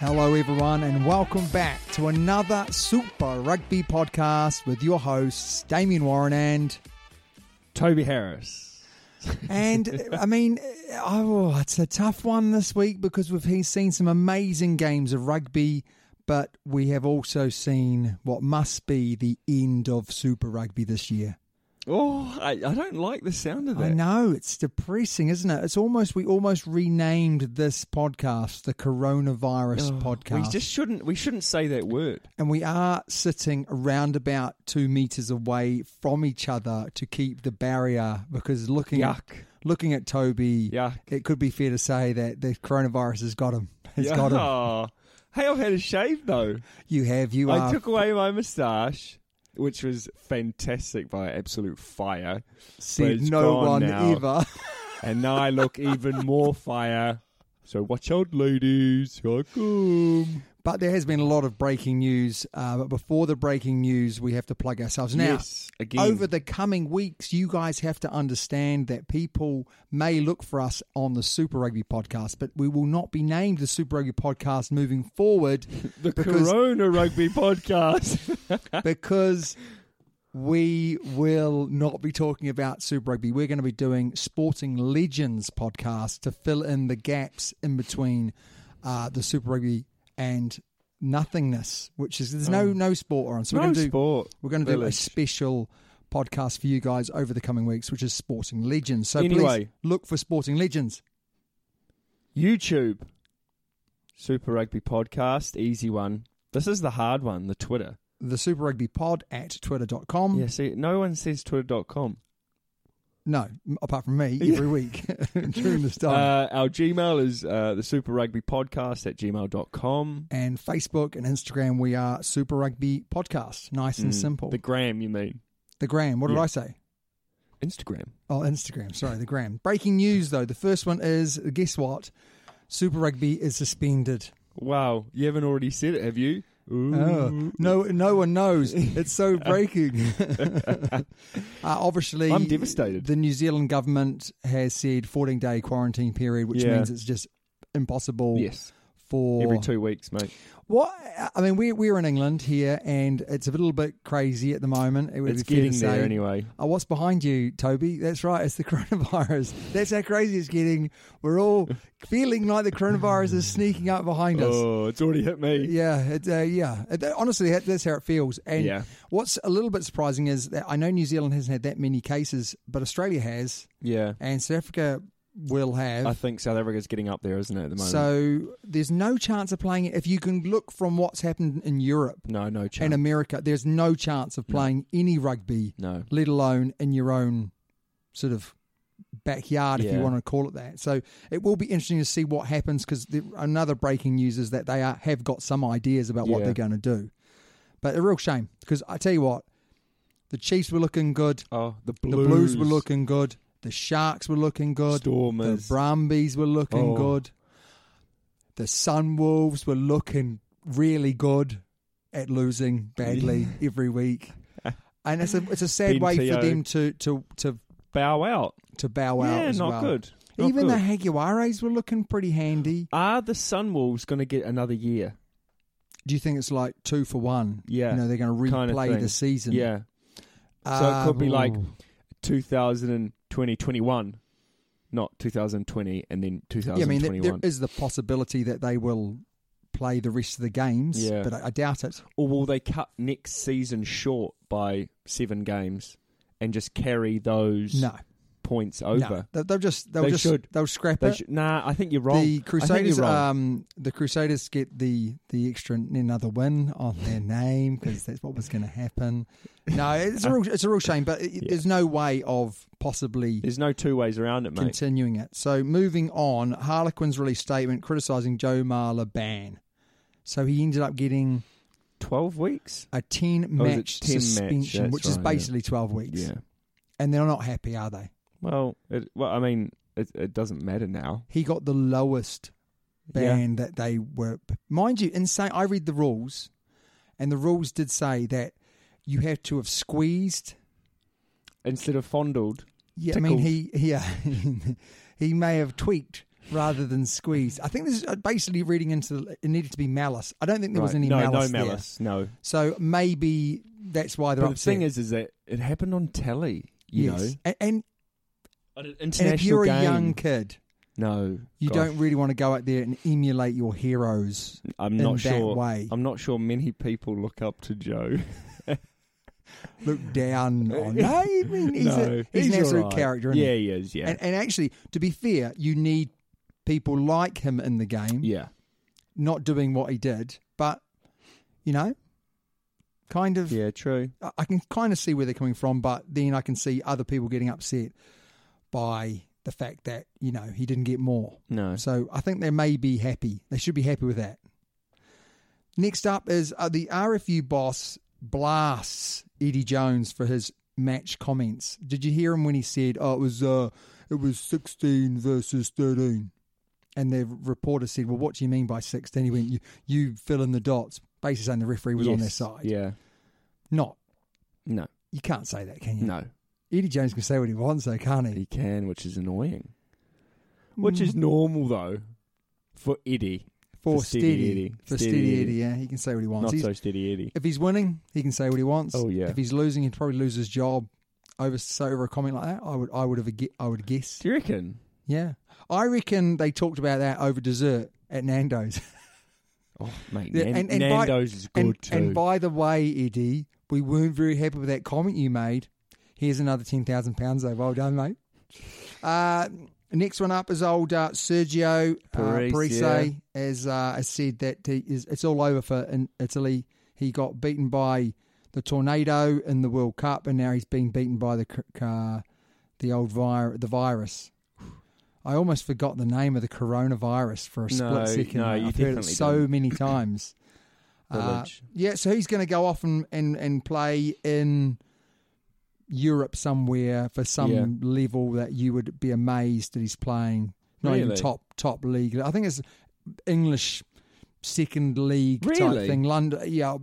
Hello, everyone, and welcome back to another Super Rugby podcast with your hosts, Damien Warren and. Toby Harris. And I mean, oh, it's a tough one this week because we've he- seen some amazing games of rugby, but we have also seen what must be the end of Super Rugby this year. Oh, I, I don't like the sound of that. I know it's depressing, isn't it? It's almost we almost renamed this podcast the Coronavirus Oh, Podcast. We just shouldn't. We shouldn't say that word. And we are sitting around about two meters away from each other to keep the barrier because looking Yuck. at looking at Toby, Yuck. it could be fair to say that the coronavirus has got him. It's Yeah. got him. Oh. Hey, I've had a shave though. You have you I are took away my moustache, which was fantastic by absolute fire, but said it's no gone one now. ever. and now I look even more fire. So watch out, ladies. Here I come. But there has been a lot of breaking news. Uh, but before the breaking news, we have to plug ourselves now. Yes, again. Over the coming weeks, you guys have to understand that people may look for us on the Super Rugby podcast, but we will not be named the Super Rugby podcast moving forward The because, Corona Rugby Podcast. because we will not be talking about Super Rugby. We're going to be doing Sporting Legends podcast to fill in the gaps in between uh, the Super Rugby and nothingness, which is there's no no sport on. So we're Oh. No going to do sport. we're going to do a Village. special podcast for you guys over the coming weeks, which is Sporting Legends. So please Anyway. look for Sporting Legends. YouTube. Super Rugby Podcast. Easy one. This is the hard one, the Twitter. The Super Rugby Pod at twitter.com. Yeah, see, no one says twitter.com. No, m- apart from me, every week during this time. Uh, our Gmail is uh, the super rugby podcast at gmail.com. and Facebook and Instagram, we are Super Rugby Podcast. Nice and simple. Mm. The The, gram, you mean? gram. What did Yeah. I say? Instagram. Oh, Instagram. Sorry, the gram. Breaking news, though. The first one is guess what? Super Rugby is suspended. Wow, you haven't already said it, have you? Ooh. Oh, no, no one knows. It's so breaking. uh, obviously, I'm devastated. The New Zealand government has said 14 day quarantine period, which Yeah. means it's just impossible. Yes, For every two weeks, mate. What I mean, we're we're in England here, and it's a little bit crazy at the moment. It would It's be fair to getting there say. anyway. Oh, what's behind you, Toby? That's right. It's the coronavirus. That's how crazy it's getting. We're all feeling like the coronavirus is sneaking up behind us. Oh, it's already hit me. Yeah, it, uh, yeah. It- that- honestly, that- that's how it feels. And Yeah. what's a little bit surprising is that I know New Zealand hasn't had that many cases, but Australia has, Yeah. and South Africa will have. I think South Africa's getting up there, isn't it, at the moment? so there's no chance of playing it. If you can look from what's happened in Europe no, no chance. and America, there's no chance of playing any rugby, no. let alone in your own sort of backyard, if you Yeah. want to call it that. So it will be interesting to see what happens because another breaking news is that they are, have got some ideas about what Yeah. they're going to do. But a real shame because I tell you what, the Chiefs were looking good, Oh, the the Blues were looking good, the Sharks were looking good, Stormers. the Brumbies were looking Oh. good, the Sunwolves were looking really good at losing badly every week. And it's a it's a sad Been way for TO'd. them to to to bow out. to bow out. yeah, as not well. good. Not Even good. the Haguares were looking pretty handy. Are the Sunwolves going to get another year? Do you think it's like two for one? Yeah, you know they're going to kind of replay thing. the season. Yeah, so it could be Um, like 2020, 21, not 2020, and then yeah. I mean, there, 2021. there is the possibility that they will play the rest of the games, Yeah. but I, I doubt it. or will they cut next season short by seven games and just carry those No, points no, over? they, they'll just they'll They just should. they'll scrap They it. should, nah, I think you're wrong. The I think Crusaders, you're wrong. um, the Crusaders get the the extra another win on their name because that's what was going to happen. No, it's a real, it's a real shame, but it, there's no way of possibly There's no two ways around it, mate. continuing it. So moving on, Harlequin's release statement criticising Joe Marler ban. So he ended up getting Twelve weeks. a ten Oh, is it match 10 match? suspension, That's which is right, yeah. basically twelve weeks. Yeah. And they're not happy, are they? Well, it, well, I mean, it, it doesn't matter now. He got the lowest Yeah. ban that they were mind you, insane I read the rules and the rules did say that you have to have squeezed Instead of fondled, Yeah, I mean, Tickled. he yeah, he may have tweaked rather than squeezed. I think this is uh, basically reading into the, it needed to be malice. I don't think there was Right. any no, malice. no there. malice, no. So maybe that's why they're But the upset. thing is, is that it happened on telly. You yes, know, and, and, At an and international if you're game. a young kid, no, you gosh. don't really want to go out there and emulate your heroes. I'm in not that sure. way. I'm not sure many people look up to Joe. Look down on. No, I mean, he's, no, a, he's, an all absolute right. character. Isn't Yeah, he? he is. Yeah, And, and actually, to be fair, you need people like him in the game. yeah. not doing what he did, but you know, kind of. Yeah, true. I- I can kind of see where they're coming from, but then I can see other people getting upset by the fact that you know he didn't get more. No. So I think they may be happy. They should be happy with that. Next up is uh, the RFU boss blasts Eddie Jones for his match comments. Did you hear him when he said, "Oh, it was uh, it was sixteen versus 13? And the reporter said, "Well, what do you mean by 16? He went, "You you fill in the dots." Basically saying the referee was on their Yes, side. Yeah. Not No. you can't say that, can you? No. Eddie Jones can say what he wants, though, can't he? He can, which is annoying. Hmm. Which is normal though, for Eddie. For For steady steady, Eddie. for steady, Steady Eddie. Eddie. yeah, he can say what he wants. Not He's- so steady Eddie. if he's winning, he can say what he wants. Oh, yeah. If he's losing, he'd probably lose his job over so over a comment like that. I would, I would have, gue- I would guess. Do you reckon? Yeah, I reckon they talked about that over dessert at Nando's. Oh, mate, Yeah, Nan- and- and by- Nando's is good and, too. and by the way, Eddie, we weren't very happy with that comment you made. Here's another ten thousand pounds, though. Well done, mate. Uh, next one up is old uh, Sergio uh, Parise, Parise has, uh, has said that he is, it's all over for in Italy. He got beaten by the tornado in the World Cup, and now he's been beaten by the cr- uh, the old vir- the virus. I almost forgot the name of the coronavirus for a split No, second. no, mate. you I've heard it definitely so don't. many times. Uh, Village. yeah, so he's going to go off and, and, and play in Europe somewhere for some Yeah. level that you would be amazed that he's playing. Not even Really? top top league. I think it's English second league type Really? thing. London, yeah,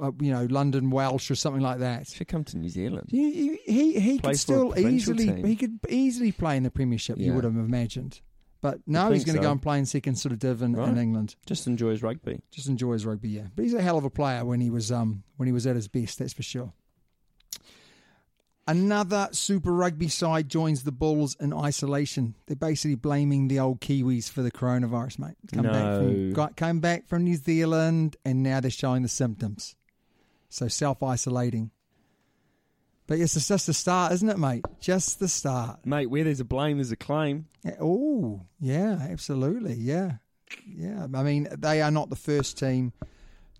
uh, you know, London Welsh or something like that. Should come to New Zealand. He he- he, Play he could for a still provincial easily team. he could easily play in the Premiership. You Yeah. would have imagined, but no, he's think going to go so. and play in second sort of div in, in Right. England Just enjoys rugby. just enjoys rugby, yeah. But he's a hell of a player when he was um when he was at his best, that's for sure. Another Super Rugby side joins the Bulls in isolation. They're basically blaming the old Kiwis for the coronavirus, mate. Come back from No. got, came back from New Zealand, and now they're showing the symptoms. So self isolating. But yes, it's just the start, isn't it, mate? Just the start. Mate, where there's a blame, there's a claim. Yeah, Oh, yeah, absolutely. Yeah. Yeah. I mean, they are not the first team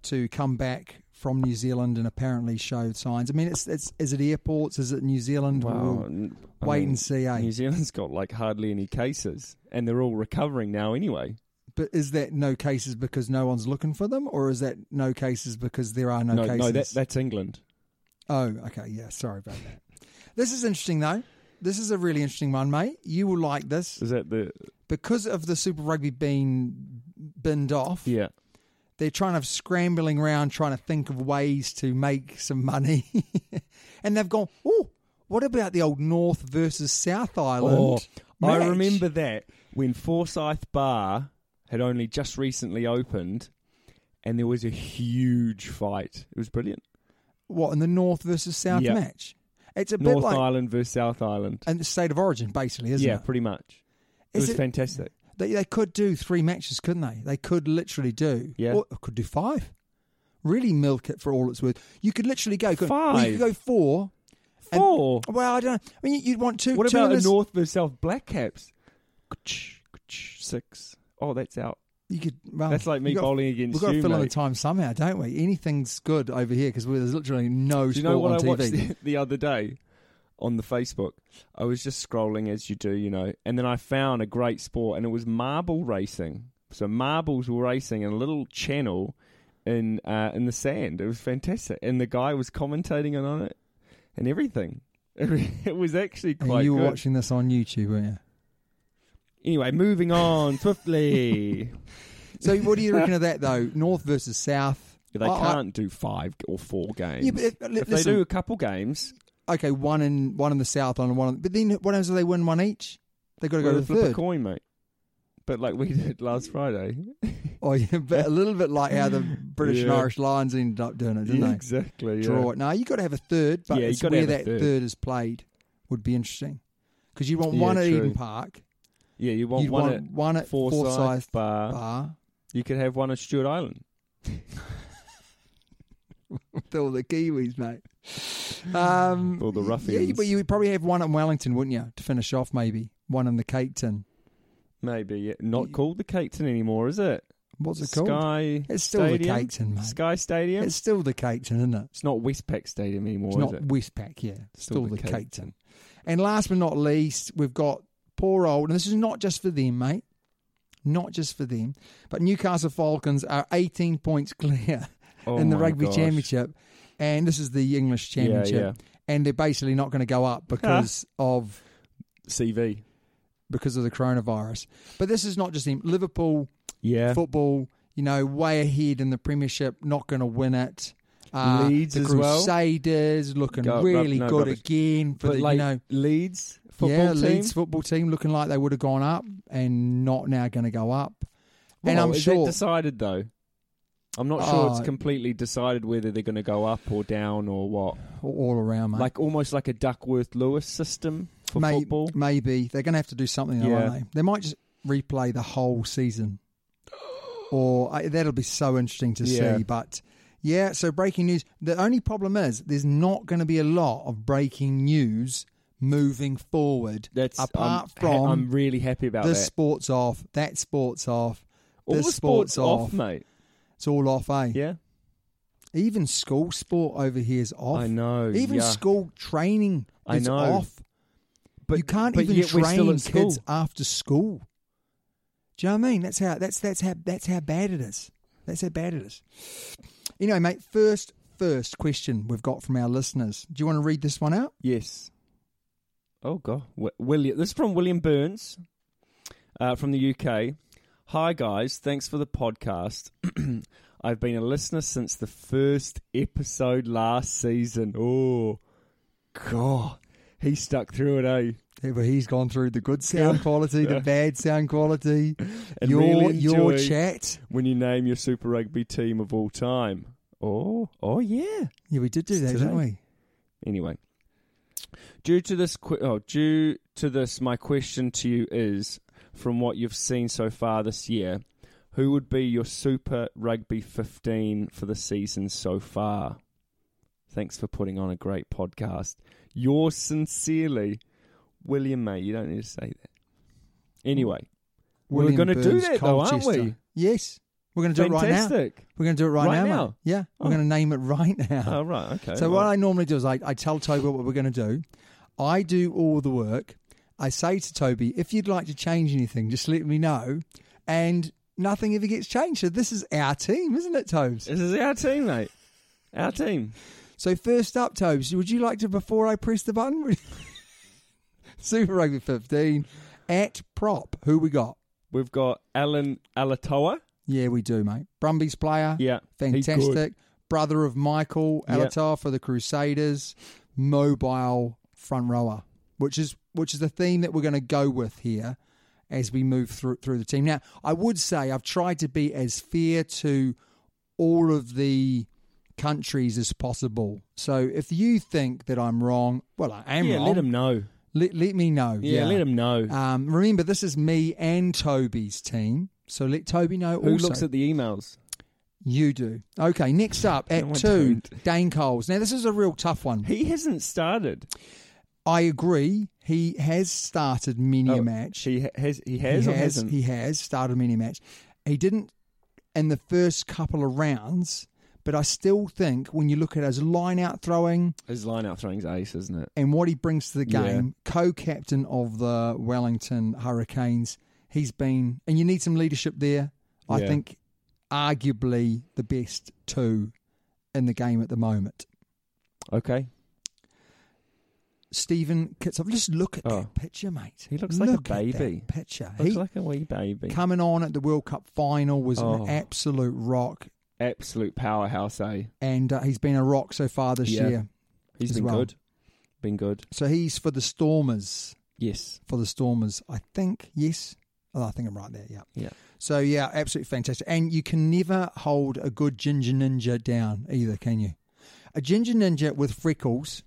to come back from New Zealand and apparently showed signs. I mean, it's it's is it airports? Is it New Zealand? Wow. We'll n- I wait mean, and see. Eh? New Zealand's got like hardly any cases, and they're all recovering now anyway. But is that no cases because no one's looking for them, or is that no cases because there are no, no, cases? no that, that's England. Oh, okay. Yeah, sorry about that. This is interesting, though. This is a really interesting one, mate. You will like this Is that the because of the Super Rugby being binned off. yeah? They're trying to scrambling around, trying to think of ways to make some money, and they've gone. Oh, what about the old North versus South Island? Oh, I match?" remember that when Forsyth Bar had only just recently opened, and there was a huge fight. It was brilliant. what in the North versus South Yeah. match. It's a bit North like Island versus South Island. and the state of origin, basically, isn't yeah, it? pretty much. It Is was it- fantastic. They, they could do three matches, couldn't they? They could literally do. Yeah. Or could do five. Really milk it for all it's worth. You could literally go. couldn't- Well, you could Five? go four. and- Four. well, I don't know. I mean, you'd want two. What two about in a this- North versus South Black Caps? Six. Oh, that's out. You could. Well, That's like me you got- bowling against We've got to you, fill in the mate. time somehow, don't we? Anything's good over here because there's literally no Do you sport know what on I TV. watched the, the other day on the Facebook? I was just scrolling as you do, you know, and then I found a great sport, and it was marble racing. So marbles were racing in a little channel in uh, in the sand. It was fantastic, and the guy was commentating on it and everything. It was actually and quite. you were good. watching this on YouTube, weren't you? Anyway, moving on swiftly. So, what do you reckon of that though? North versus South. They I- I- can't do five or four games. Yeah, but if- li- if they listen. do a couple games, okay, one in one in the South Island, one. In, but then what happens if they win one each? They got to we'll go to the flip a third. coin, mate. But like we did last Friday. Oh yeah, but a little bit like how the British and Yeah. Irish Lions ended up doing it, didn't they? exactly. yeah. Draw it. No, you got to have a third, but Yeah, you it's gotta where have a that third. third. is played would be interesting because you want Yeah, one at true. Eden Park, Yeah, you want you'd one want at one at Forsyth, Forsyth Bar. Bar You could have one at Stewart Island. with all the Kiwis, mate. Um, All the yeah, ruffians. but you would probably have one at Wellington, wouldn't you, to finish off? Maybe one in the Cape Tin. Maybe yeah. not called the Caketon anymore, is it? What's it called? Sky. It's still the Stadium? Caketon, mate. Sky Stadium. It's It's, still the Cape Tin, isn't it? not Westpac Stadium anymore, It's not is it? Westpac, yeah. Still, the, Cape Caketon. Tin. And last but not least, we've got poor old, and this is not just for them, mate, not just for them, but Newcastle Falcons are 18 points clear Oh in the my Rugby gosh. Championship. And this is the English Championship. yeah. And they're basically not going to go up because of CV. because of the coronavirus. But this is not just them. Liverpool Yeah. football, you know, way ahead in the Premiership, not going to win it. Uh, Leeds the as well. Crusaders looking Go- rub- really no, good rubbish. again for but the like you know Leeds football yeah team. Leeds football team looking like they would have gone up and not now going to go up. and Well, I'm is sure that decided though. I'm not sure Oh. it's completely decided whether they're going to go up or down or what. all around, mate. Like almost like a Duckworth Lewis system for May- football. maybe they're going to have to do something, though, aren't Yeah. they? They might just replay the whole season, or I, that'll be so interesting to Yeah. see. But yeah, so breaking news. The only problem is there's not going to be a lot of breaking news moving forward. That's apart I'm, from ha- I'm really happy about this that. sports off, that sports off, All this the sports off, mate. It's all off, eh? Yeah, Even school sport over here is off. I know, Even yuck. school training I is know. off. you can't but even yet train we're still at school. kids after school. Do you know what I mean? That's how that's that's how that's how bad it is. That's how bad it is. Anyway, mate, first first question we've got from our listeners. Do you want to read this one out? Yes. Oh god, Wi- William. This is from William Burns, uh, from the UK. Hi guys, thanks for the podcast. I've been a listener since the first episode last season. Oh god, he stuck through it, eh? Yeah, but he's gone through the good sound quality, the bad sound quality, And your really your enjoy- chat. When you name your Super Rugby team of all time. Oh, oh yeah. Yeah, we did do that, Today. didn't we? Anyway, due to this, que- oh, due to this, my question to you is: from what you've seen so far this year, who would be your Super Rugby 15 for the season so far? Thanks for putting on a great podcast. Yours sincerely, William May. You don't need to say that. Anyway, We're William gonna do Burns, that though, aren't Colchester. we? Yes, We're going to do it right now. Fantastic. We're going to do it right, Right now. mate. now? Yeah, Oh. we're going to name it right now. Oh, right, okay. So Well- what I normally do is I, I tell Toby what we're going to do. I do all the work. I say to Toby, if you'd like to change anything, just let me know. And nothing ever gets changed. So this is our team, isn't it, Tobes? This is our team, mate. Our team. So first up, Tobes, would you like to, before I press the button, Super Rugby 15 at prop, who we got? We've got Alan Alatoa. Yeah, we do, mate. Brumbies player. Yeah, he's good. Fantastic. Brother of Michael Yeah. Alatar for the Crusaders. Mobile front rower, which is which is the theme that we're going to go with here as we move through through the team. Now, I would say I've tried to be as fair to all of the countries as possible. So if you think that I'm wrong, well, I am Yeah, wrong. let him know. Let, let me know. Yeah, let him know. Um, remember, this is me and Toby's team. So let Toby know Who also. looks at the emails? You do. Okay, next up at No, I 2 don't. Dane Coles. Now, this is a real tough one. He hasn't started. I agree. He has started many a Oh, match. He ha- has. He He has. or hasn't? he has started many a match. He didn't in the first couple of rounds, but I still think when you look at his line out throwing His line out throwing's ace, isn't it? and what he brings to the Yeah. game, co captain of the Wellington Hurricanes, he's been, and you need some leadership there. I Yeah. think arguably the best two in the game at the moment. Okay. Stephen Kitsov. Just look at Oh. that picture, mate. He looks like a Look at that baby. picture. Looks he like a wee baby. coming on at the World Cup final was Oh. an absolute rock, Absolute powerhouse, eh? and uh, he's been a rock so far this Yeah. year. He's As been well. good. Been good. So he's for the Stormers. Yes. For the Stormers, I think yes. Oh, I think I'm right there. Yeah. Yeah. So yeah, absolutely fantastic. And you can never hold a good ginger ninja down either, can you? A ginger ninja with freckles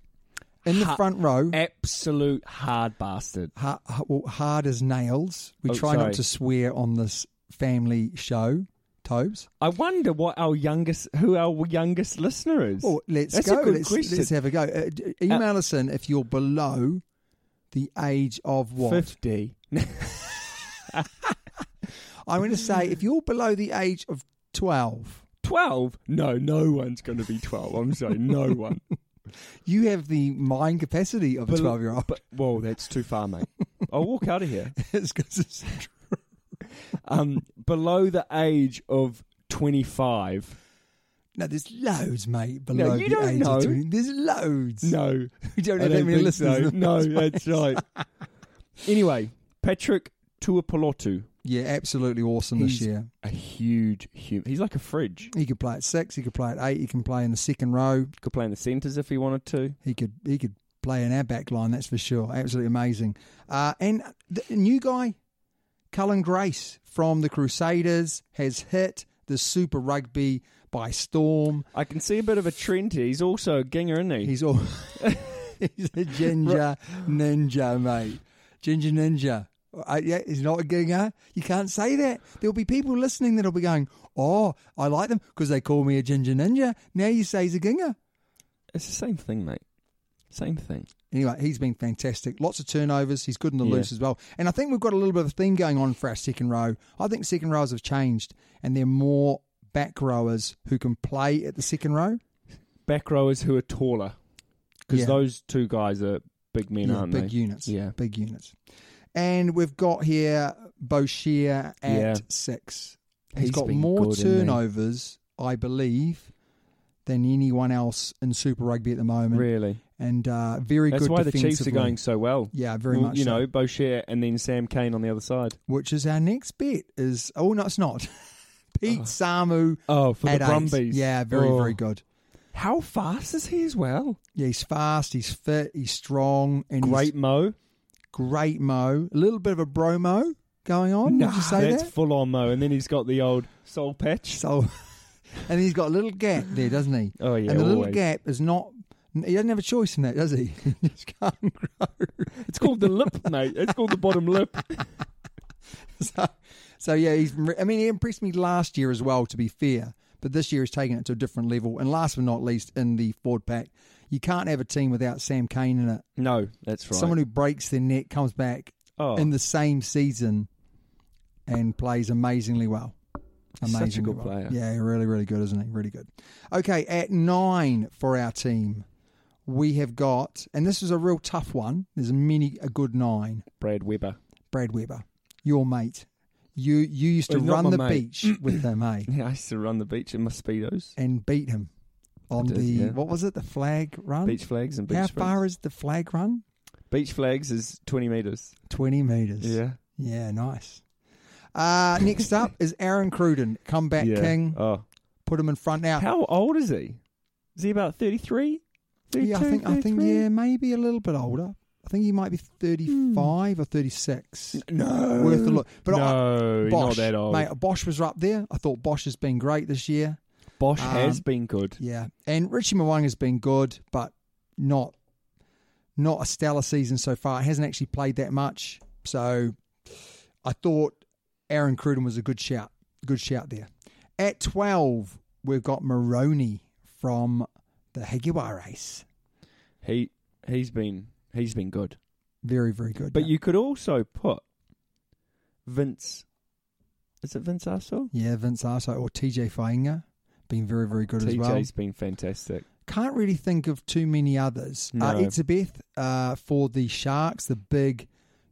in the Ha- front row. Absolute hard bastard. ha- ha- well, hard as nails. We Oh, try sorry. not to swear on this family show, Tobes. I wonder what our youngest, who our youngest listener is. Well, let's That's go. A good let's, question. let's have a go. Uh, d- email us in if you're below the age of what? Fifty. I'm going to say if you're below the age of 12, 12? No, no one's going to be 12. I'm sorry, no one. you have the mind capacity of a 12 year old. But, whoa, that's too far, mate. I'll walk out of here. it's 'cause it's true. Um, below the age of 25. No, there's loads, mate, below you the don't age know. of 20. There's loads. No. We don't I have that don't many think listeners. so. in the No, first that's place. right. Anyway, Patrick Tuapolotu. Yeah, absolutely awesome He's this year. a huge human. He's like a fridge. He could play at six. He could play at eight. He can play in the second row. Could play in the centres if he wanted to. He could he could play in our back line. That's for sure. Absolutely amazing. Uh, and the new guy, Cullen Grace from the Crusaders, has hit the Super Rugby by storm. I can see a bit of a trend here. He's also a ginger, isn't he? He's all he's a ginger ninja, mate. Ginger ninja. Uh, yeah, he's not a ginger. You can't say that. There'll be people listening that'll be going, "Oh, I like them because they call me a ginger ninja." Now you say he's a ginger. it's the same thing, mate. Same thing. Anyway, he's been fantastic. Lots of turnovers. He's good in the Yeah. loose as well. And I think we've got a little bit of a theme going on for our second row. I think second rows have changed, and they're more back rowers who can play at the second row. back rowers who are taller because Yeah. those two guys are big men, Yeah, aren't big they? units. Yeah. big units. And we've got here Boshier at Yeah. six. He's He's got been more good, isn't he? turnovers, I believe, than anyone else in Super Rugby at the moment. Really, And uh, very that's good. why the Chiefs are defensively, going so well. Yeah, very Well, much You so. know, Boucher and then Sam Kane on the other side. Which is our next bet? Is oh no, it's not. Pete Samu. Oh, for the at eight. Brumbies. Yeah, very Oh. very good. How fast is he as well? Yeah, he's fast. He's fit. He's strong. And he's Great Mo. great mo. A little bit of a bromo going on. would you say that's that? full on Mo, and then he's got the old soul patch. So, and he's got a little gap there, doesn't he? Oh, yeah, And the little always. gap is not. He doesn't have a choice in that, does he? He just can't grow. It's called the lip, mate. It's called the bottom lip. So, so yeah, he's. I mean, he impressed me last year as well. To be fair, but this year he's taken it to a different level. And last but not least, in the Ford pack, you can't have a team without Sam Kane in it. No, that's right. Someone who breaks their neck comes back oh, in the same season and plays amazingly well. Such a Amazing good guy. player. Yeah, really, really good, isn't he? Really good. Okay, at nine for our team, we have got, and this is a real tough one. There's many a good nine. Brad Weber. Brad Weber, your mate. You you used to Well, not run the my mate. beach with him, hey, Yeah, I used to run the beach in my speedos, and beat him on did, the yeah. what was it? The flag run. beach flags and beach. How flags. far is the flag run? Beach flags is twenty meters. Twenty meters. Yeah. Yeah, nice. Uh, next up is Aaron Cruden, comeback yeah. king. Oh, Put him in front now. how old is he? Is he about 33? 32, yeah, I think I think 33? yeah, maybe a little bit older. I think he might be thirty-five or thirty-six. No, Worth a look. But no, I, he's not Bosch, that old. mate. Bosch was up there. I thought Bosch has been great this year. Bosch has um, been good. Yeah, and Richie Mwang has been good, but not not a stellar season so far. He hasn't actually played that much, so I thought Aaron Cruden was a good shout. Good shout there. At twelve, we've got Maroney from the Hagiwara race. He he's been he's been good. Very, very good. But you could also put Vince. Is it Vince Arso? yeah, Vince Arso or TJ Fainga, been very, very good as TJ's well. been fantastic. Can't really think of too many others. Uh, No. Etzebeth uh, for the Sharks, the big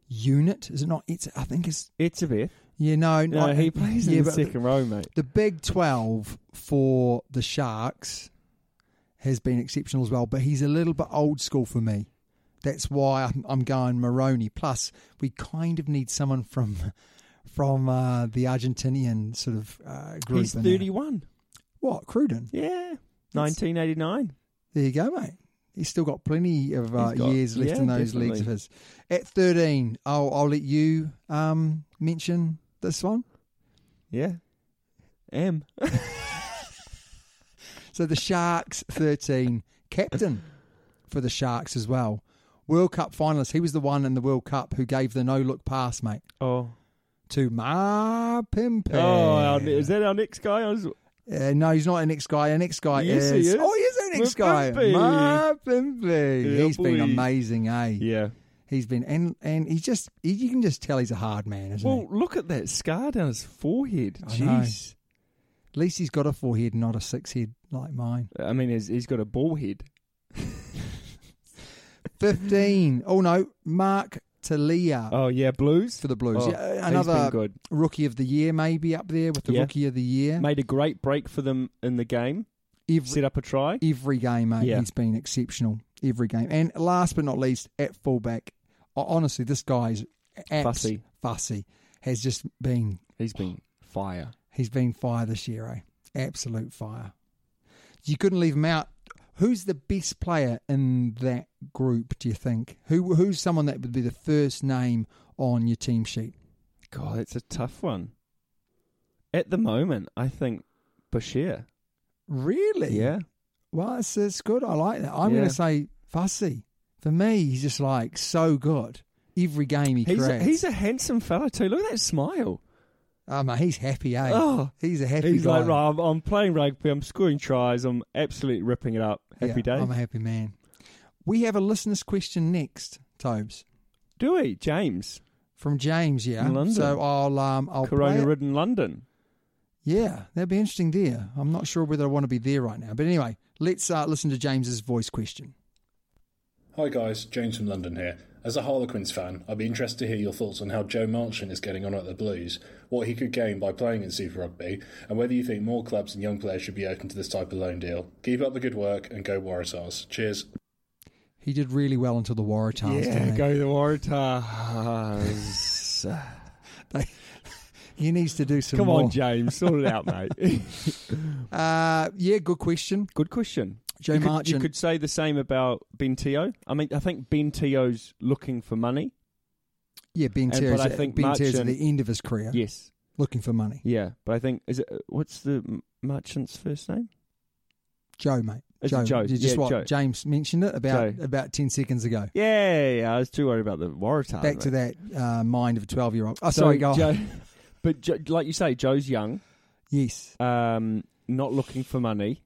unit. Is it not? It's, I think it's It's a bit. Yeah, no, No, I- he plays yeah, in the but second row, mate. The Big Twelve for the Sharks has been exceptional as well, but he's a little bit old school for me. That's why I'm, I'm going Maroney. Plus, we kind of need someone from from uh, the Argentinian sort of uh, group. He's in there. 31. What Cruden? Yeah. 1989. There you go, mate. He's still got plenty of uh, He's got- years left yeah, in those leagues of definitely. his. At thirteen, I'll, I'll let you um, mention this one. Yeah. M. So the Sharks 13 captain for the Sharks as well. World Cup finalist. He was the one in the World Cup who gave the no look pass, mate, Oh. to Ma Pimpe. Oh, our, is that our next guy? I was, Uh, no, he's not an ex guy. An ex guy Yes, is. he is. Oh, he is an ex guy. Ma Pimpe. Ma Pimpe. Yeah, he's been boy. amazing, eh? yeah. He's been and and he's just he, you can just tell he's a hard man, isn't Well, he? look at that scar down his forehead. I know. Jeez. At least he's got a forehead, not a six head like mine. I mean, he's, he's got a ball head. 15. oh, no. Mark Talia. Oh, yeah. Blues? for the Blues. Oh, yeah, he's another been good. rookie of the year, maybe up there with the Yeah. rookie of the year. Made a great break for them in the game. every, Set up a try. every game, mate, Yeah. he's been exceptional. Every game, and last but not least, at fullback, ho- honestly, this guy's abs- Fussy. Fussy has just been He's been fire. he's been fire this year, eh? Absolute fire. You couldn't leave him out. Who's the best player in that group? Do you think who who's someone that would be the first name on your team sheet? God, it's a tough one. At the moment, I think Bashir. Really? Yeah. Well, it's, it's good. I like that. I'm Yeah. going to say Fussy. For me, he's just like so good. Every game he He's a, cracks. he's a handsome fella, too. Look at that smile. Oh, mate, he's happy, eh? Oh. he's a happy He's guy. like, right, I'm, I'm playing rugby, I'm scoring tries, I'm absolutely ripping it up. Yeah, Happy days. I'm a happy man. We have a listener's question next, Tobes, Do we, James? from James. Yeah, In London. so I'll um I'll play Corona it. ridden London. Yeah, that'd be interesting. There, I'm not sure whether I want to be there right now. But anyway, let's uh, listen to James's voice question. Hi guys, James from London here. As a Harlequins fan, I'd be interested to hear your thoughts on how Joe Marchant is getting on at the Blues, what he could gain by playing in Super Rugby, and whether you think more clubs and young players should be open to this type of loan deal. Keep up the good work and go Waratahs. Cheers. He did really well until the Waratahs. didn't he? the Waratahs. He needs to do some Come more. on, James, sort it out, mate. Uh, yeah, good question. Good question. Joe you could, You Marchant. could say the same about Ben Teo. I mean, I think Ben Teo's looking for money. Yeah, Ben And- Teo's uh, but I at, think ben Teo's at Marchand- the end of his career, Yes. looking for money. Yeah, but I think is it uh, what's the M- merchant's first name? Joe, mate. Is it Joe, Joe? You Yeah, just what Joe. James mentioned it about Joe. about ten seconds ago. Yeah, yeah, yeah, I was too worried about the Waratah. Back to mate. that uh, mind of a twelve-year-old. Oh, sorry, go on. Joe, but jo, like you say, Joe's young, Yes, um, not looking for money.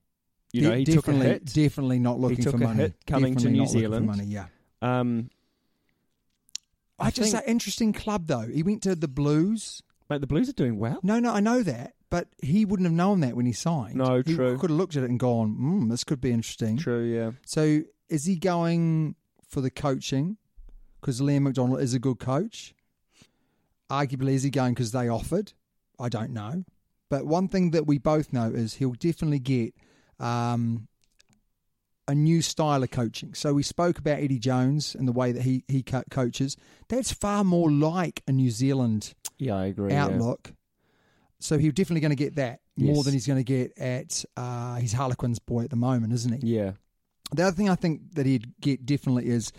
You De- know, he took a definitely, hit. definitely not looking took for a money. hit coming to Definitely New not looking for Zealand. money. Yeah, um, I, I just think- uh, that interesting club though. He went to the Blues, Mate, the Blues are doing well. No, no, I know that, but he wouldn't have known that when he signed. No, He true. could have looked at it and gone, hmm, this could be interesting. True, yeah. So is he going for the coaching? Because Liam McDonald is a good coach. Arguably, is he going because they offered? I don't know. But one thing that we both know is he'll definitely get um, a new style of coaching. So we spoke about Eddie Jones and the way that he he co- coaches. That's far more like a New Zealand Yeah, E I agree. yeah. outlook. So he's definitely going to get that more Yes. than he's going to get at uh, his Harlequins boy at the moment, isn't he? Yeah. The other thing I think that he'd get definitely is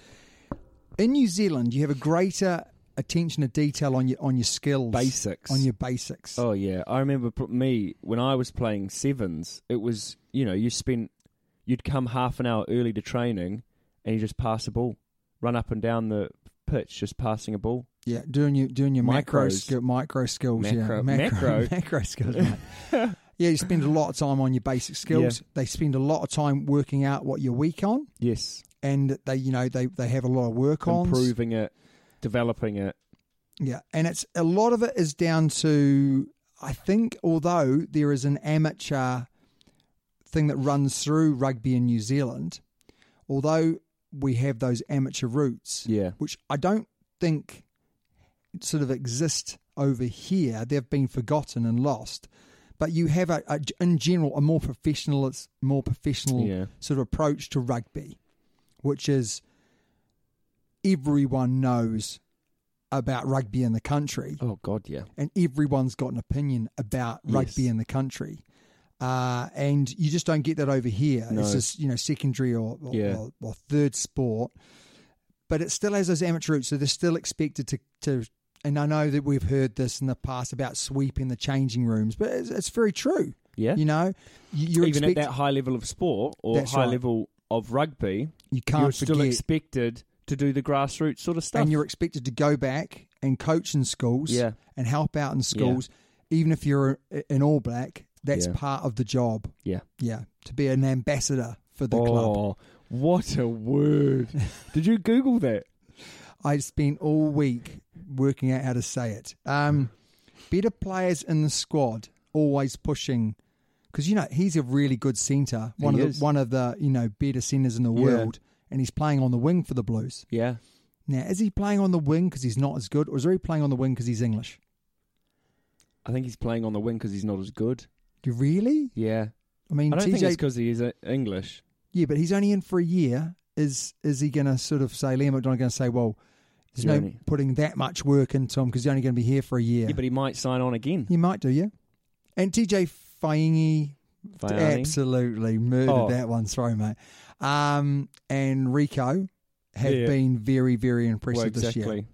in New Zealand you have a greater attention to detail on your on your skills, Basics. on your basics. Oh yeah, I remember pr- me when I was playing sevens. It was you know you spent you'd come half an hour early to training and you just pass a ball, run up and down the pitch, just passing a ball. Yeah, doing your doing your micro Macros. skill, micro skills, yeah, Macro- macro macro. macro skills. Mate. yeah, you spend a lot of time on your basic skills. Yeah. They spend a lot of time working out what you're weak on, Yes, and they you know they they have a lot of work on improving it, developing it. Yeah, and it's a lot of it is down to I think although there is an amateur thing that runs through rugby in New Zealand, although we have those amateur roots, Yeah. which I don't think sort of exist over here. They've been forgotten and lost. But you have a, a in general a more professional, more professional Yeah. sort of approach to rugby, which is everyone knows about rugby in the country, Oh God, yeah, and everyone's got an opinion about rugby Yes. in the country. Uh, and you just don't get that over here. No. It's just you know secondary or or, Yeah. or or third sport, but it still has those amateur roots. So they're still expected to to. And I know that we've heard this in the past about sweeping the changing rooms, but it's, it's very true. yeah. You know, You- you're even expect- at that high level of sport or That's high right. level of rugby, you can't you're forget, still expected to do the grassroots sort of stuff. and you're expected to go back and coach in schools, Yeah. and help out in schools, even if you're an All Black. That's Yeah. part of the job. yeah. Yeah, to be an ambassador for the oh, club. what a word! Did you Google that? I spent all week working out how to say it. Um, better players in the squad, always pushing. Because you know he's a really good centre, one He of is. the, one of the you know better centres in the Yeah. world, and he's playing on the wing for the Blues. Yeah. Now, is he playing on the wing because he's not as good, or is he playing on the wing because he's English? I think he's playing on the wing because he's not as good. Do you really? Yeah, I mean, I don't think TJ it's because he is uh, English. Yeah, but he's only in for a year. Is is he going to sort of say Liam McDonald going to say, well, there's You're no only- putting that much work into him because he's only going to be here for a year. Yeah, but he might sign on again. you might do, yeah. And TJ Faingi Faiani. absolutely murdered Oh. that one throw, mate. Um, and Rico have Yeah. been very, very impressive Well, this year. exactly.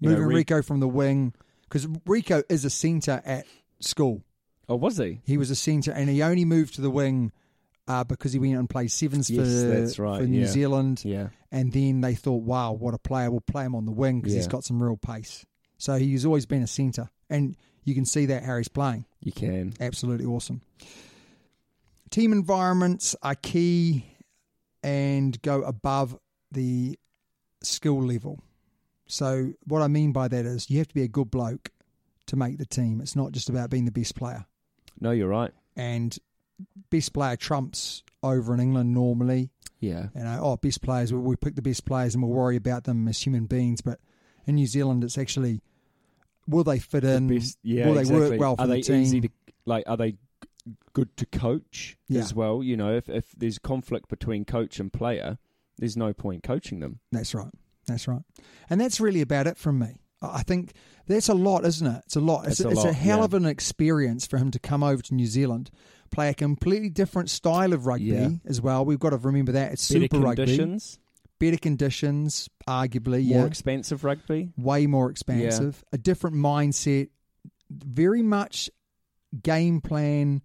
You know, Moving Re- Rico from the wing because Rico is a centre at school. Oh, was he? He was a centre, and he only moved to the wing uh, because he went and played sevens Yes, for, that's right, for New yeah. Zealand. Yeah. And then they thought, wow, what a player. We'll play him on the wing because he's Yeah. got some real pace. So he's always been a centre. And you can see that how he's playing. You can. Absolutely awesome. Team environments are key and go above the skill level. So, what I mean by that is you have to be a good bloke to make the team. It's not just about being the best player No, you're right. and best player trumps over in England normally. Yeah. You know, oh, best players, we- we pick the best players and we'll worry about them as human beings. But in New Zealand, it's actually will they fit in? Best- yeah, will they exactly. work well for are the they team? easy to like? Are they g- good to coach Yeah. as well? You know, if if there's conflict between coach and player, there's no point coaching them. That's right. That's right. And that's really about it from me. I I think that's a lot, isn't it? It's a lot. It's, It's a it's lot, hell yeah. of an experience for him to come over to New Zealand, play a completely different style of rugby Yeah. as well. We've got to remember that. It's Better super rugby. conditions, Better conditions, arguably. more yeah. expensive rugby. way more expansive, a different mindset, very much game plan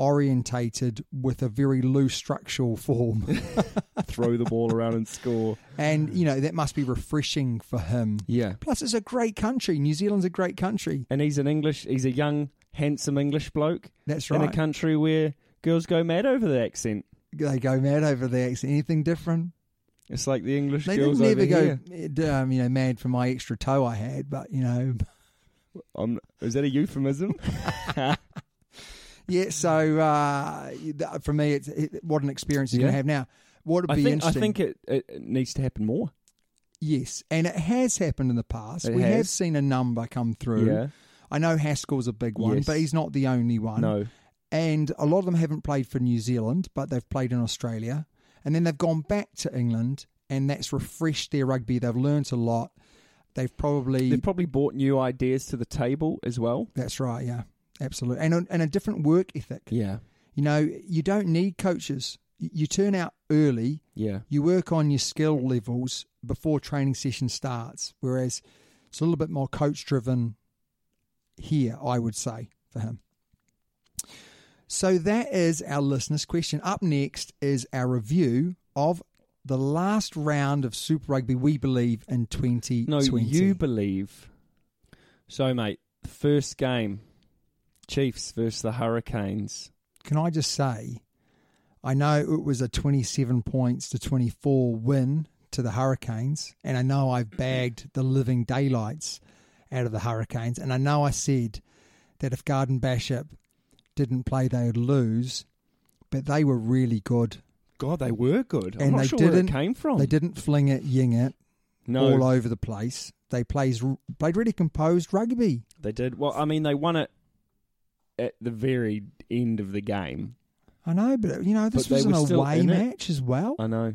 orientated with a very loose structural form. Throw the ball around and score. and, you know, that must be refreshing for him. Yeah. Plus, it's a great country. New Zealand's a great country. and he's an English, he's a young, handsome English bloke. That's In a right. country where girls go mad over the accent. They go mad over the accent. Anything different? It's like the English They girls didn't over ever here. go, um, you know, mad for my extra toe I had, but, you know, I'm, is that a euphemism? Yeah, so uh, th- for me, it's it, what an experience you're going Yeah. to have now. What would I be think, interesting? I think it, it it needs to happen more. yes, and it has happened in the past. It we have has. seen a number come through. Yeah. I know Haskell's a big one, Yes. but he's not the only one. No. And a lot of them haven't played for New Zealand, but they've played in Australia. And then they've gone back to England, and that's refreshed their rugby. They've learnt a lot. They've probably. They've probably brought new ideas to the table as well. that's right, yeah. Absolutely. And a, and a different work ethic. Yeah. You know, you don't need coaches. You- You turn out early. Yeah. You work on your skill levels before training session starts, whereas it's a little bit more coach driven here, I would say, for him. So that is our listeners' question. Up next is our review of the last round of Super Rugby, we believe, in 2020. No, you believe. So, mate, first game, Chiefs versus the Hurricanes. Can I just say, I know it was a 27 points to 24 win to the Hurricanes, and I know I've bagged the living daylights out of the Hurricanes, and I know I said that if Garden Bishop didn't play, they would lose, but they were really good, God, they were good. I'm and not they sure didn't where it came from. They didn't fling it, ying it, No, all over the place. They plays played really composed rugby. they did. Well, I mean, they won it at the very end of the game. I know, but you know this But they was an were still away in it. match as well. I know.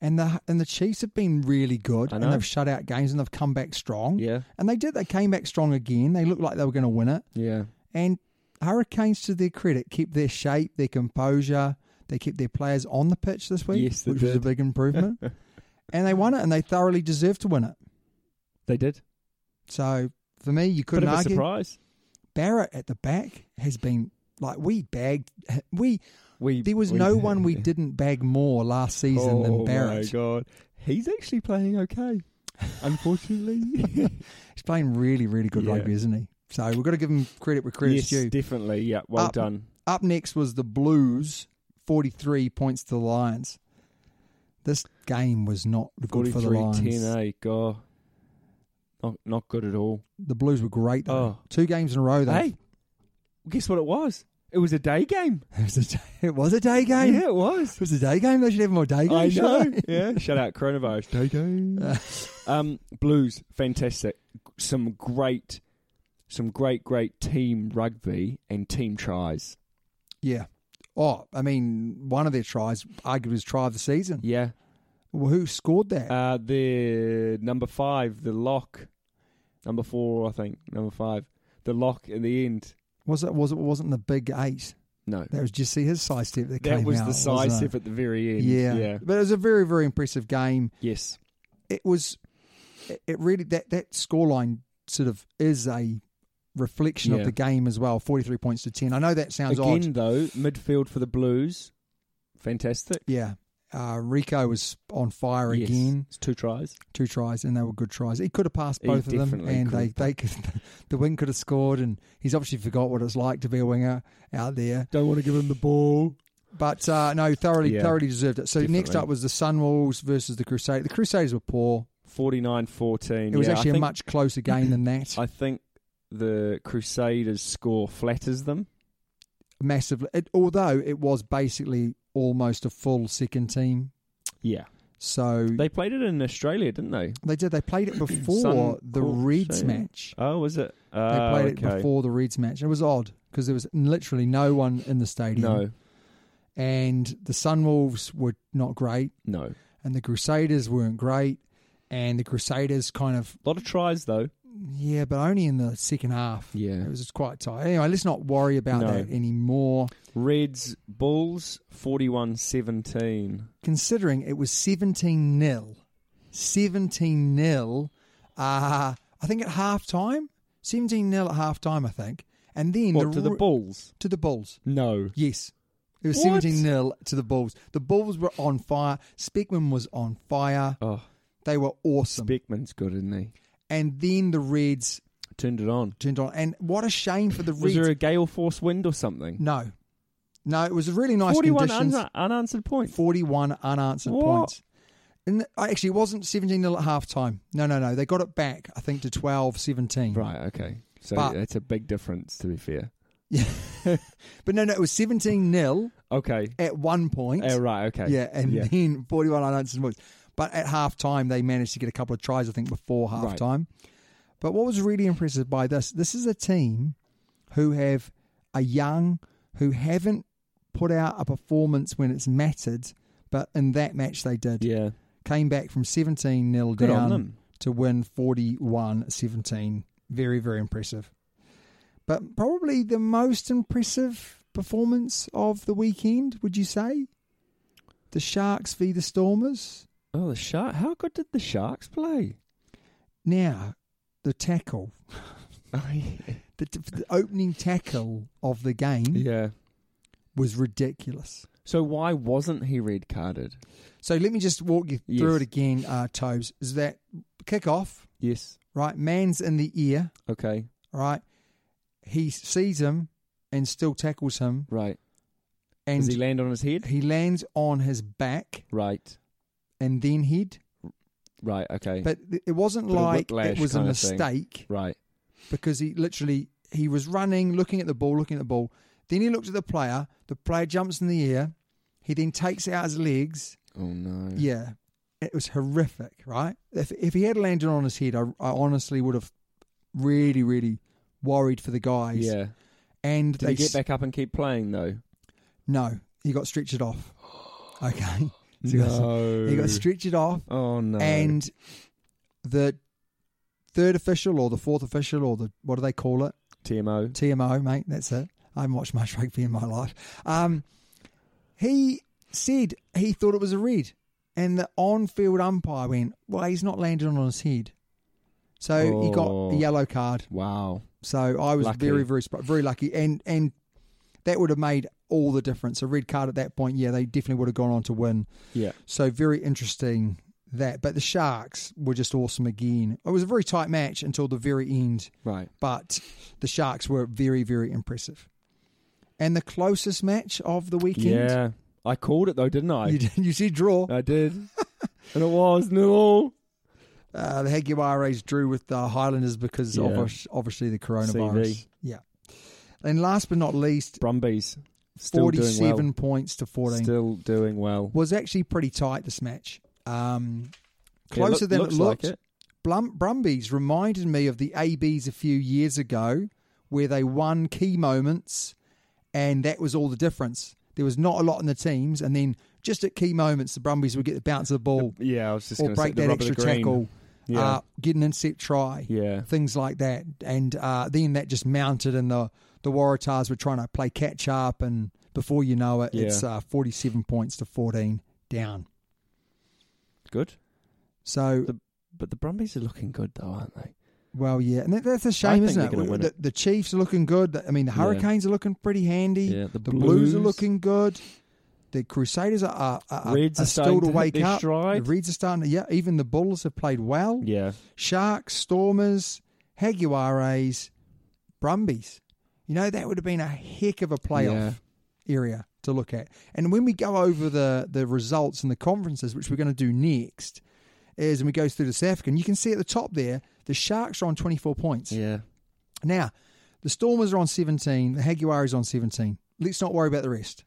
and the and the Chiefs have been really good, I and know. they've shut out games, and they've come back strong. Yeah. and they did. They came back strong again. They looked like they were going to win it. Yeah. And Hurricanes, to their credit, keep their shape, their composure. They kept their players on the pitch this week, Yes, they which was a did. big improvement. and they won it, and they thoroughly deserved to win it. They did. So for me, you couldn't Bit of a argue. surprise. Barrett at the back has been like we bagged. We We there was we- no one we didn't bag more last season oh, than Barrett. my god, he's actually playing okay. Unfortunately, He's playing really, really good Yeah. rugby, isn't he? So we've got to give him credit where yes, credit's due. definitely. Yeah, well Up- done. Up next was the Blues, 43 points to the Lions. This game was not good for the 43 Lions. 10, eh? God. Not, not good at all. The Blues were great, though. Oh. Two games in a row, though. Hey, guess what it was? It was a day game. It, was a day, it was a day game. Yeah, it was. It was a day game. They should have more day games. I know. shouldn't they? yeah. Shout out coronavirus. Day game. um, Blues, fantastic. Some great, some great, great team rugby and team tries. Yeah. Oh, I mean, one of their tries, arguably his try of the season. Yeah. Well, who scored that? Uh, the number five, the lock. Number four, I think. Number five, the lock in the end. was it? Was it? Wasn't the big eight? No, That was. Did you see his side step? That, that came was out, the wasn't side it? step at the very end. Yeah. yeah. But it was a very, very impressive game. Yes. It was, it- it really, that, that scoreline sort of is a reflection of Yeah. the game as well 43 points to 10. I know that sounds Again, odd. though, midfield for the Blues, fantastic. Yeah. Uh, Rico was on fire Yes, again. it's two tries. Two tries, and they were good tries. He could have passed He both of them, definitely and could they, have they could, the wing could have scored. And he's obviously forgot what it's like to be a winger out there. Don't want to give him the ball. But uh, no, thoroughly, Yeah. thoroughly deserved it. So next Definitely. up was the Sunwolves versus the Crusaders. The Crusaders were poor. 49-14. It was Yeah, I actually a think, much closer game than that. I think the Crusaders score flatters them. massively. It, although it was basically almost a full second team, Yeah, so they, they played it in Australia, didn't they? did. They played it Sun- before the Cor- Reds Australia. match. Oh, was it? They Ah, played it okay. before the Reds match. It was odd because there was literally no one in the stadium, No, and the Sunwolves were not great, no. A and the Crusaders weren't great, and the Crusaders kind of lot of tries though. yeah, but only in the second half. Yeah. it was quite tight. Anyway, let's not worry about No. that anymore. Reds Bulls 41-17. considering it was 17 0. 17 0. Uh, I think at half time. 17 0 at half time, I think. And then What to the Ru- Bulls? To the Bulls. No. Yes. It was What? 17 0 to the Bulls. The Bulls were on fire. Speckman was on fire. Oh, They were awesome. Beckman's good, isn't he? and then the Reds Turned it on. turned on. And what a shame for the Was Reds. there a gale force wind or something? no. No, it was really nice 41 conditions. un- unanswered points. 41 unanswered What? points. And th- actually, it wasn't 17 0 at half time. No, no, no. They got it back, I think, to 12 17. Right, okay. So But- it's a big difference, to be fair. But no, no, it was 17 0 Okay. at one point. Oh, right, okay. Yeah, and Yeah. then 41 unanswered points. But at half time, they managed to get a couple of tries, I think, before half time. But what was really impressive by this, this is a team who have a young, who haven't put out a performance when it's mattered, but in that match they did. Yeah. Came back from 17 0 Good on down them. to win 41 17. Very, very impressive. But probably the most impressive performance of the weekend, would you say? The Sharks v the Stormers. Oh, the shark! How good did the Sharks play? Now, the tackle, Oh, yeah. the, the opening tackle of the game yeah. was ridiculous. So why wasn't he red carded? So let me just walk you through Yes. it again, uh, Tobes. Is that kickoff, Yes. right? Man's in the ear, Okay. right? He sees him and still tackles him. Right. And Does he land on his head? he lands on his back Right. and then head. Right. Okay. But th- it wasn't Bit of like it whiplash was a kinda thing. mistake right. because he literally he was running, looking at the ball, looking at the ball. Then he looked at the player. The player jumps in the air. He then takes out his legs. Oh no. Yeah, it was horrific, right? If if he had landed on his head, I, I honestly would have really, really worried for the guys. Yeah. and Did they he get s- back up and keep playing though? No, he got stretched off. Okay, So he got- No. he got stretched off. Oh no. and the third official or the fourth official or the what do they call it? TMO. TMO, mate. That's it. I haven't watched much rugby in my life. Um, he said he thought it was a red, and the on-field umpire went, "Well, he's not landing on his head." So he got Oh. a yellow card. wow. So I was Lucky. very, very, surprised- very lucky, and and that would have made all the difference. A red card at that point, yeah, they definitely would have gone on to win. Yeah. So very interesting that. But the Sharks were just awesome again. It was a very tight match until the very end, Right. but the Sharks were very, very impressive. And the closest match of the weekend, Yeah. I called it though, didn't I? you, did- you see draw. I did. and it was no. Uh, the Haguares drew with the Highlanders because Yeah. of us- obviously the coronavirus. CV. Yeah. And last but not least, Brumbies. Still 47 doing points to well. 14. Still doing well. Was actually pretty tight this match. Um, Yeah, closer look- than looks it looked. Like it. Blum, Brumbies reminded me of the ABs a few years ago where they won key moments and that was all the difference. There was not a lot in the teams and then just at key moments the Brumbies would get the bounce of the ball Yeah, I was just or gonna break say, that the extra rubber green. tackle, Yeah. uh, get an intercept try, Yeah. things like that. And uh, then that just mounted, and the the Waratahs were trying to play catch up, and before you know it, it's Yeah. uh, forty seven points to fourteen down. Good. So The- But the Brumbies are looking good though, aren't they? well, yeah, and that, that's a I shame, think isn't they're it? gonna win the, it. the Chiefs are looking good. I mean, the Yeah. Hurricanes are looking pretty handy. Yeah, the Blues are Blues. looking good. The Crusaders are, are, are, Reds are are still starting to to hit wake their up. stride. The Reds are starting. To, yeah, even the Bulls have played well. Yeah. Sharks, Stormers, Haguares, Brumbies. You know, that would have been a heck of a playoff area to look at. And when we go over the, the results and the conferences, which we're going to do next, is when we go through the South African, you can see at the top there, the Sharks are on 24 points. Yeah. Now, the Stormers are on 17, the Haguares on 17. Let's not worry about the rest.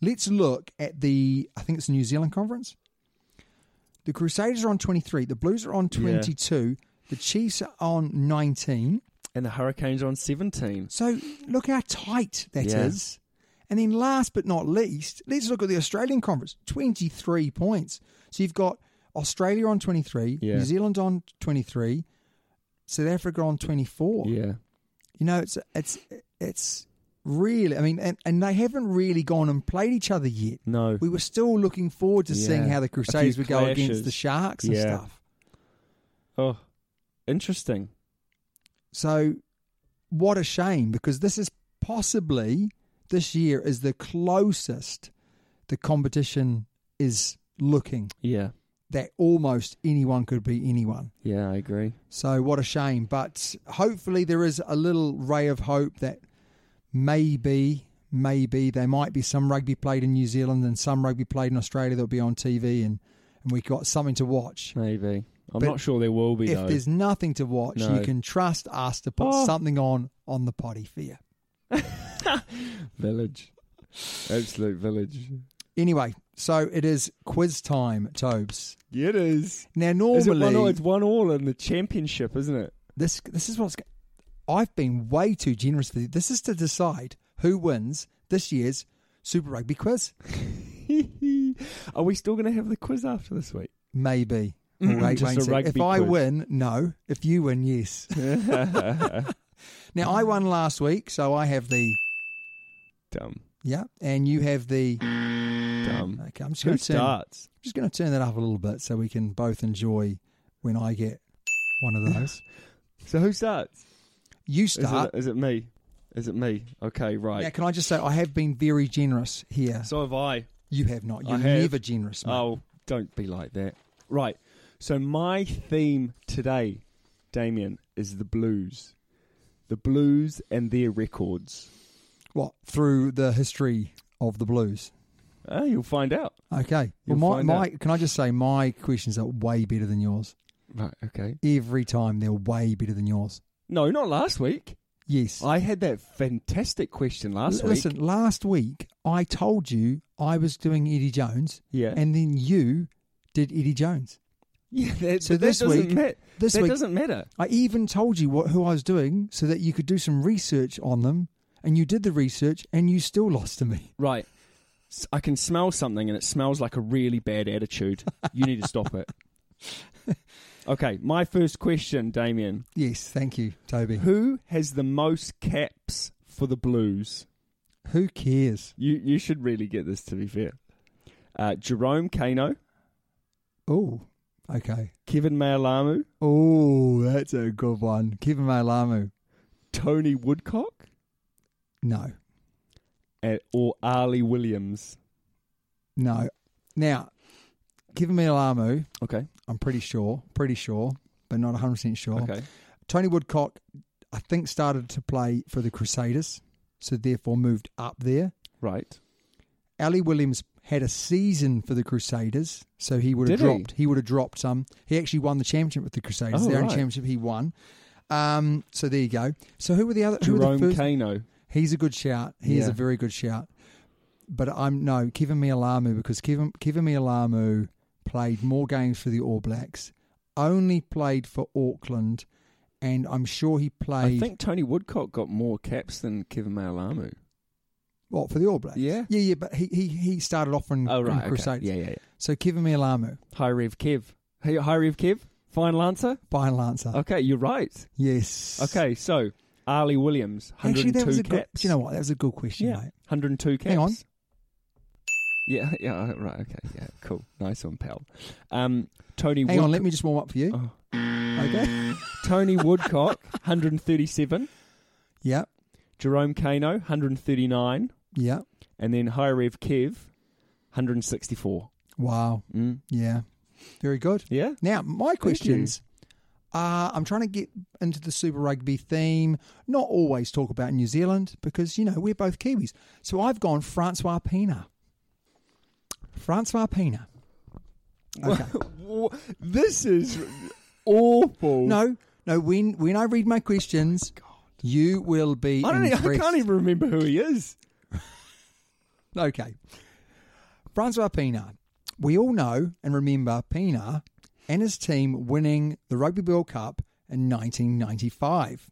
Let's look at the, I think it's the New Zealand conference. The Crusaders are on 23, the Blues are on Yeah. 22, the Chiefs are on 19. And the Hurricanes are on 17. So look how tight that is. Yeah. And then last but not least, let's look at the Australian conference 23 points. So you've got Australia on 23, Yeah. New Zealand on 23, South Africa on 24 Yeah. you know it's it's it's really i mean and, and they haven't really gone and played each other yet No. we were still looking forward to seeing Yeah. how the A few crusaders would go against clashes. the sharks and Yeah. stuff Oh, interesting. so what a shame because this is possibly this year is the closest the competition is looking Yeah. that almost anyone could be anyone Yeah, I agree. So what a shame. But hopefully there is a little ray of hope that maybe, maybe there might be some rugby played in New Zealand and some rugby played in Australia that'll be on TV and, and we got something to watch. Maybe. I'm But not sure there will be if though. there's nothing to watch, No. you can trust us to put Oh. something on on the potty for you. Village, absolute village. Anyway, so it is quiz time, Tobes. Yeah, it is. Now, Is it one all? normally It's one all in the championship, isn't it? this this is what's. go- I've been way too generous for you. This is to decide who wins this year's Super Rugby quiz. Are we still going to have the quiz after this week? Maybe. Mm, Wait, just wait a and see. rugby if I quiz. win, no. If you win, yes. now I won last week, so I have the Dumb. yeah, and you have the Dumb. Okay, I'm just Who going to turn. starts? I'm just going to turn that up a little bit so we can both enjoy when I get one of those. So who starts? You Is it, start. is it me? Is it me? Okay, right. Now, can I just say I have been very generous here. So have I. You have not. You're I have. never generous. Mate. Oh, don't be like that. Right. So my theme today, Damien, is the blues. The blues and their records. What through the history of the blues? Ah, you'll find out. Okay. You'll well, my, find my can I just say my questions are way better than yours. Right, okay. Every time they're way better than yours. No, not last week. Yes. I had that fantastic question Oh, last L- Listen, week. last week I told you I was doing Eddie Jones. Yeah. And then you did Eddie Jones. Yeah, that, So but that this doesn't week- ma- this that week- doesn't matter. I even told you what who I was doing so that you could do some research on them. And you did the research and you still lost to me. Right. S- I can smell something and it smells like a really bad attitude. You need to stop it. Okay, my first question, Damien. Yes, thank you, Toby. Who, Who has the most caps for the Blues? who cares? You you should really get this to be fair. Uh, Jerome Kano, Oh, okay. Kevin Mayalamu, Oh, that's a good one. Kevin Malamu. Tony Woodcock, No, and, or Ali Williams. no. Now, Kevin Malamu, Okay. I'm pretty sure, pretty sure, but not 100% sure. Okay. Tony Woodcock, I think, started to play for the Crusaders, so therefore moved up there. Right. Ali Williams had a season for the Crusaders, so he would have Did he? dropped. He? would have dropped some. He actually won the championship with the Crusaders. Oh, the right. only championship he won. Um, so there you go. So who were the other? who were the Jerome first? Kano. He's a good shout. He is Yeah. a very good shout. But I'm no Kevin Mialamu because Kevin Kevin Mialamu played more games for the All Blacks, only played for Auckland, and I'm sure he I played think Tony Woodcock got more caps than Kevin Mayalamu. what for the All Blacks. Yeah. yeah, yeah. But he he, he started off in, Oh in right. okay. Crusades. Yeah, yeah, yeah. So Kevin Mialamu, Hi Rev Kev. Hey, hi Rev Kev. Final answer. final answer. Okay, you're right. Yes. Okay, so Ali Williams, 102 Actually, that was a caps. good. Do you know what? That was a good question, Yeah, mate. 102 caps. Hang on. Yeah, yeah, right, okay, yeah, cool, nice one, pal. Um, Tony, Hang Wood- on, let me just warm up for you. Oh. Okay. Tony Woodcock, 137. yeah. Jerome Kano, 139, Yeah. and then High Rev Kev, 164. Wow. Mm. Yeah. Very good. Yeah, Now, my questions are I'm trying to get into the Super Rugby theme, not always talk about New Zealand because, you know, we're both Kiwis. So I've gone Francois Pina. Francois Pina. Okay. Wha- this is awful. Oh no, no, when when I read my questions, you will be I don't. e- I impressed. can't even remember who he is. Okay. Francois Pienaar. We all know and remember Pienaar and his team winning the Rugby World Cup in 1995.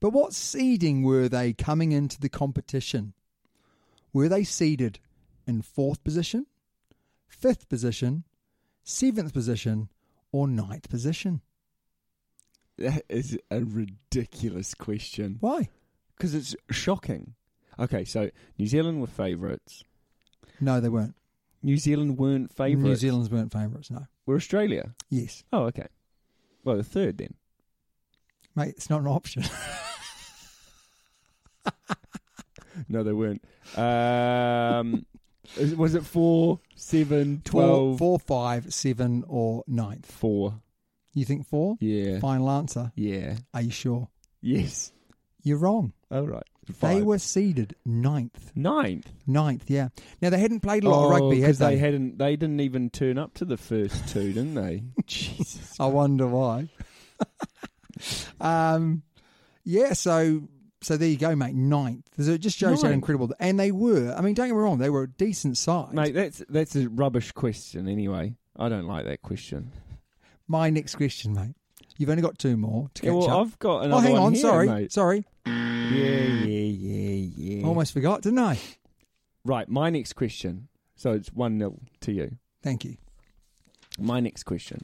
But what seeding were they coming into the competition? Were they seeded in fourth position, fifth position, seventh position, or ninth position? That is a ridiculous question Why? because it's shocking. Okay, so New Zealand were favourites. No, they weren't. New Zealand weren't favourites. New Zealanders weren't favourites, no. We're Australia. Yes. Oh, okay. Well, the third then. Mate, it's not an option. No, they weren't. Um, is- was it four, seven, Four, twelve, four? four, five, seven, or ninth. You think four? Yeah. Final answer. Yeah. Are you sure? Yes. You're wrong. All right. They were seeded ninth. Ninth? Oh, Ninth, yeah. Now, they hadn't played a lot of rugby, had they? they hadn't. They didn't even turn up to the first two, didn't they? Jesus. I wonder why. um, yeah, so so there you go, mate. Ninth. So it just shows how Ninth. incredible. And they were. I mean, don't get me wrong, they were a decent size. Mate, that's that's a rubbish question anyway. I don't like that question. My next question, mate. You've only got two more to catch Yeah, well, up. I've got Oh, another hang one on. here, sorry, mate. sorry. Yeah, yeah, yeah, yeah. Almost forgot, didn't I? Right, my next question. So it's 1 0 to you. Thank you. My next question.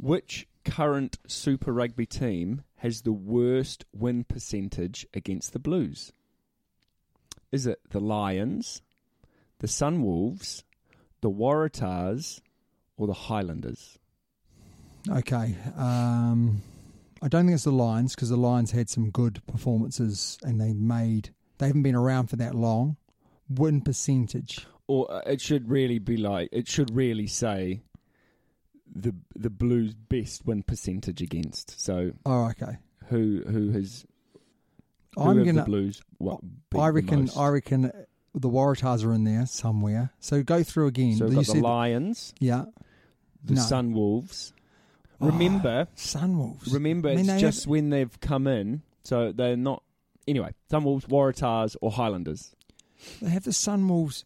Which current Super Rugby team has the worst win percentage against the Blues? Is it the Lions, the Sunwolves, the Waratahs, or the Highlanders? Okay. Um, I don't think it's the Lions because the Lions had some good performances and they made. They haven't been around for that long. Win percentage. Or uh, it should really be like it should really say the the Blues best win percentage against. So Oh, okay. who who has who I'm of gonna- the Blues? What beat I the reckon. most? I reckon the Waratahs are in there somewhere. So go through again. So Did we've got you see the the- Lions, yeah. the No. Sunwolves. Oh, Remember, Sunwolves. remember, I mean, it's they just have- when they've come in, so they're not. Anyway, Sunwolves, Waratahs, or Highlanders. They have the Sunwolves.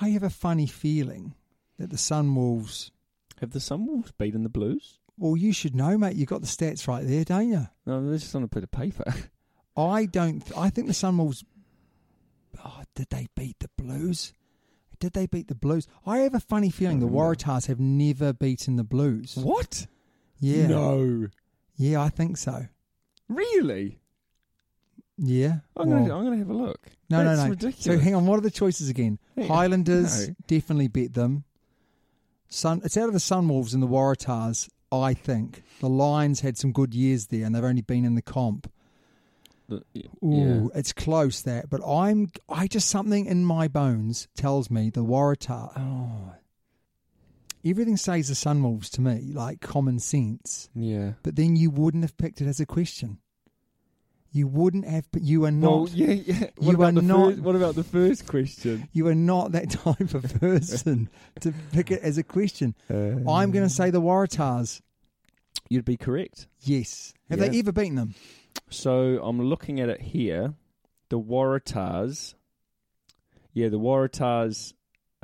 I have a funny feeling that the Sunwolves. Have the Sunwolves beaten the Blues? Well, you should know, mate. You got the stats right there, don't you? No, they're just on a bit of paper. I don't. I think the Sunwolves. Oh, did they beat the Blues? Did they beat the Blues? I have a funny feeling the Waratahs have never beaten the Blues. Mm. What? Yeah. No. Yeah, I think so. Really? Yeah. I'm well- gonna I'm gonna have a look. No, That's no, no. Ridiculous. So hang on. What are the choices again? Hey, Highlanders no. definitely beat them. Sun. It's out of the Sunwolves and the Waratahs. I think the Lions had some good years there, and they've only been in the comp. The- y- yeah. Ooh, it's close that, but I'm. I just something in my bones tells me the Waratah. Oh, everything says the Sunwolves to me, like common sense. Yeah. But then you wouldn't have picked it as a question. You wouldn't have. You are not. Well, yeah, yeah. What you about are the not. first, What about the first question? You are not that type of person to pick it as a question. I'm going to say the Waratahs. Uh, You'd be correct. Yes. Have Yeah. they ever beaten them? So I'm looking at it here. The Waratahs, yeah, the Waratahs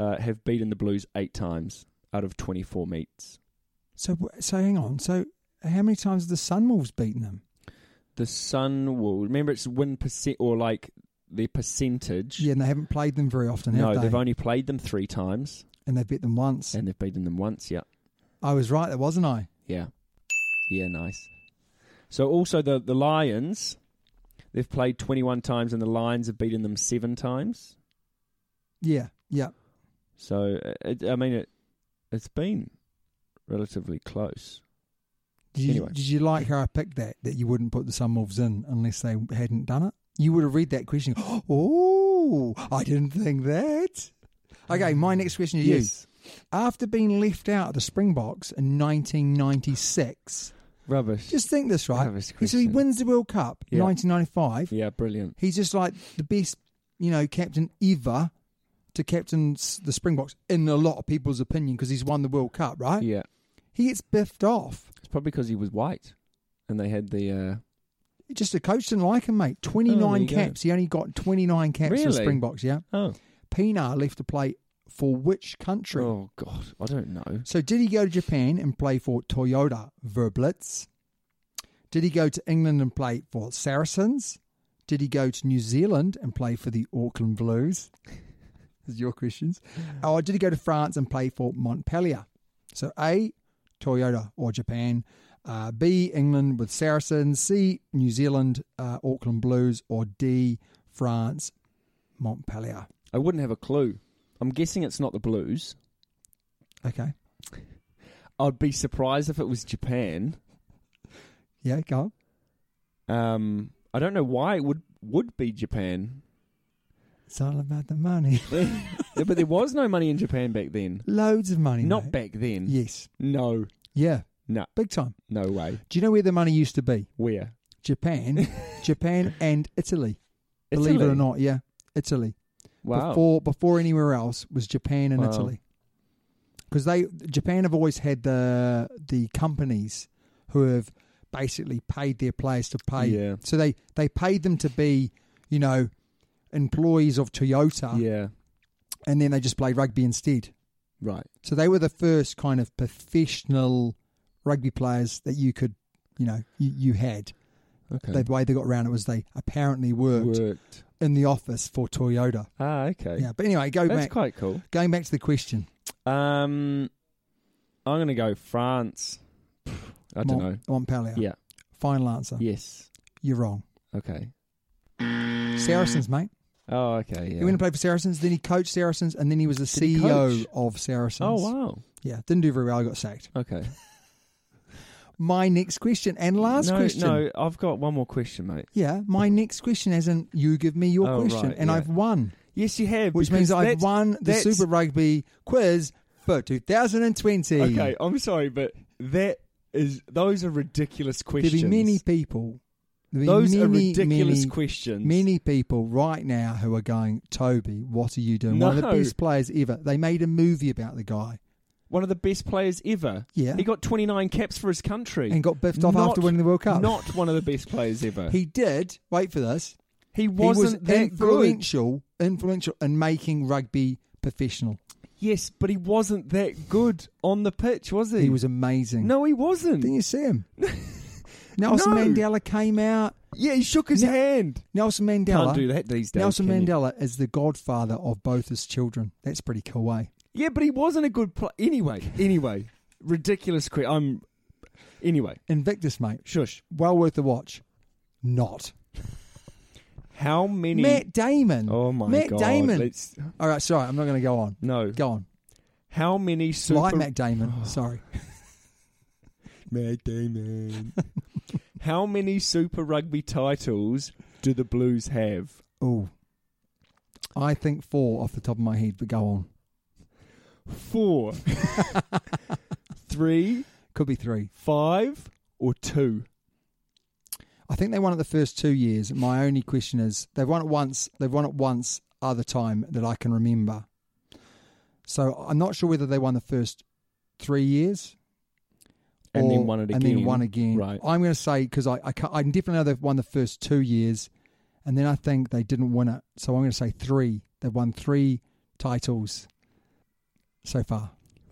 uh, have beaten the Blues eight times out of 24 meets. So, so hang on. So, how many times have the Sunwolves beaten them? The Sun will remember it's win percent or like their percentage. Yeah, and they haven't played them very often, have no, they? have only played them three times, and they've beat them once. and they've beaten them once. Yeah, I was right there, wasn't I? yeah, yeah. Nice. So also the the Lions, they've played 21 times, and the Lions have beaten them seven times. Yeah, yeah. So uh, it, I mean, it it's been relatively close. Did you, Anyway. did you like how I picked that? That you wouldn't put the Sunwolves in unless they hadn't done it. You would have read that question. Oh, I didn't think that. Okay, my Mm. next question to you. After being left out of the Springboks in 1996, rubbish. just think this, right? Rubbish So he question. wins the World Cup in Yeah. 1995. yeah, brilliant. He's just like the best, you know, captain ever to captain s- the Springboks in a lot of people's opinion because he's won the World Cup, right? Yeah, He gets biffed off. it's probably because he was white, and they had the uh, Just the coach didn't like him, mate. 29 Oh, you go. caps. He only got 29 caps for Really? Springboks, yeah. oh Pinar left to play for which country? oh god, I don't know. So did he go to Japan and play for Toyota Verblitz? Did he go to England and play for Saracens? Did he go to New Zealand and play for the Auckland Blues? This is your questions. Or did he go to France and play for Montpellier? So A, Toyota or Japan. Uh, B, England with Saracens. C, New Zealand, uh, Auckland Blues. Or D, France, Montpellier. I wouldn't have a clue. I'm guessing it's not the Blues. Okay. I'd be surprised if it was Japan. Yeah, go on. Um, I don't know why it would would be Japan, It's all about the money. Yeah, but there was no money in Japan back then. Loads of money. Not mate. back then. Yes. No, Yeah. no, Big time. no way. Do you know where the money used to be? Where Japan, Japan, and Italy. Believe it or Italy? not, yeah, Italy. Wow. Before before anywhere else was Japan and Wow. Italy, because they Japan have always had the the companies who have basically paid their players to pay. Yeah. So they they paid them to be, you know, employees of Toyota. Yeah. And then they just played rugby instead. Right. So they were the first kind of professional rugby players that you could, you know, you, you had. Okay. The way they got around it was they apparently worked, Worked. in the office for Toyota. Ah, okay. Yeah, but anyway, go That's back. quite cool. Going back to the question. Um, I'm going to go France. I don't know. Montpellier. Yeah. Final answer. Yes. You're wrong. Okay. Saracens, mate. Oh, okay. Yeah. He went and played for Saracens, then he coached Saracens, and then he was the Did he CEO coach? of Saracens. Oh, wow. Yeah, didn't do very well, got sacked. Okay. My next question and last no, question. no, I've got one more question, mate. Yeah, my next question as in you give me your Oh, question right, and yeah. I've won. Yes, you have. Which means because I've that's- won the that's- Super Rugby quiz for 2020. Okay, I'm sorry, but that is those are ridiculous There'll questions. be many people. there'll be Those are many, ridiculous many, questions. Many people right now who are going, Toby, what are you doing? One of the No. best players ever. They made a movie about the guy One of the best players ever. Yeah. he got 29 caps for his country and got biffed off after winning the World Cup. Not one of the best players ever. He did. Wait for this. he He was wasn't that good. influential, influential in making rugby professional. Yes, but he wasn't that good on the pitch, was he? He was amazing. No, he wasn't. Didn't you see him? Nelson No. Mandela came out. Yeah, he shook his No. hand. Nelson Mandela. Can't do that these days. Nelson can you? Mandela is the godfather of both his children. That's pretty cool, eh? Yeah, but he wasn't a good player. Anyway, anyway, ridiculous. Cre- I'm. Anyway, Invictus, mate. shush. Well worth the watch. Not. How many? Matt Damon. Oh my Matt God, Damon. let's- All right, sorry, I'm not going to go on. No. Go on. How many super? Oh. Like Matt Damon. Sorry. Matt Damon. How many Super Rugby titles do the Blues have? Oh. I think four off the top of my head, but go on. Four, three, Could be three. five, or two? I think they won it the first two years. My only question is they've won it once, they've won it once other time that I can remember. So I'm not sure whether they won the first three years. And then or- won it And then again. won again. Right. I'm going to say, because I, I, can I definitely know they've won the first two years, and then I think they didn't win it. So I'm going to say three. They've won three titles so far.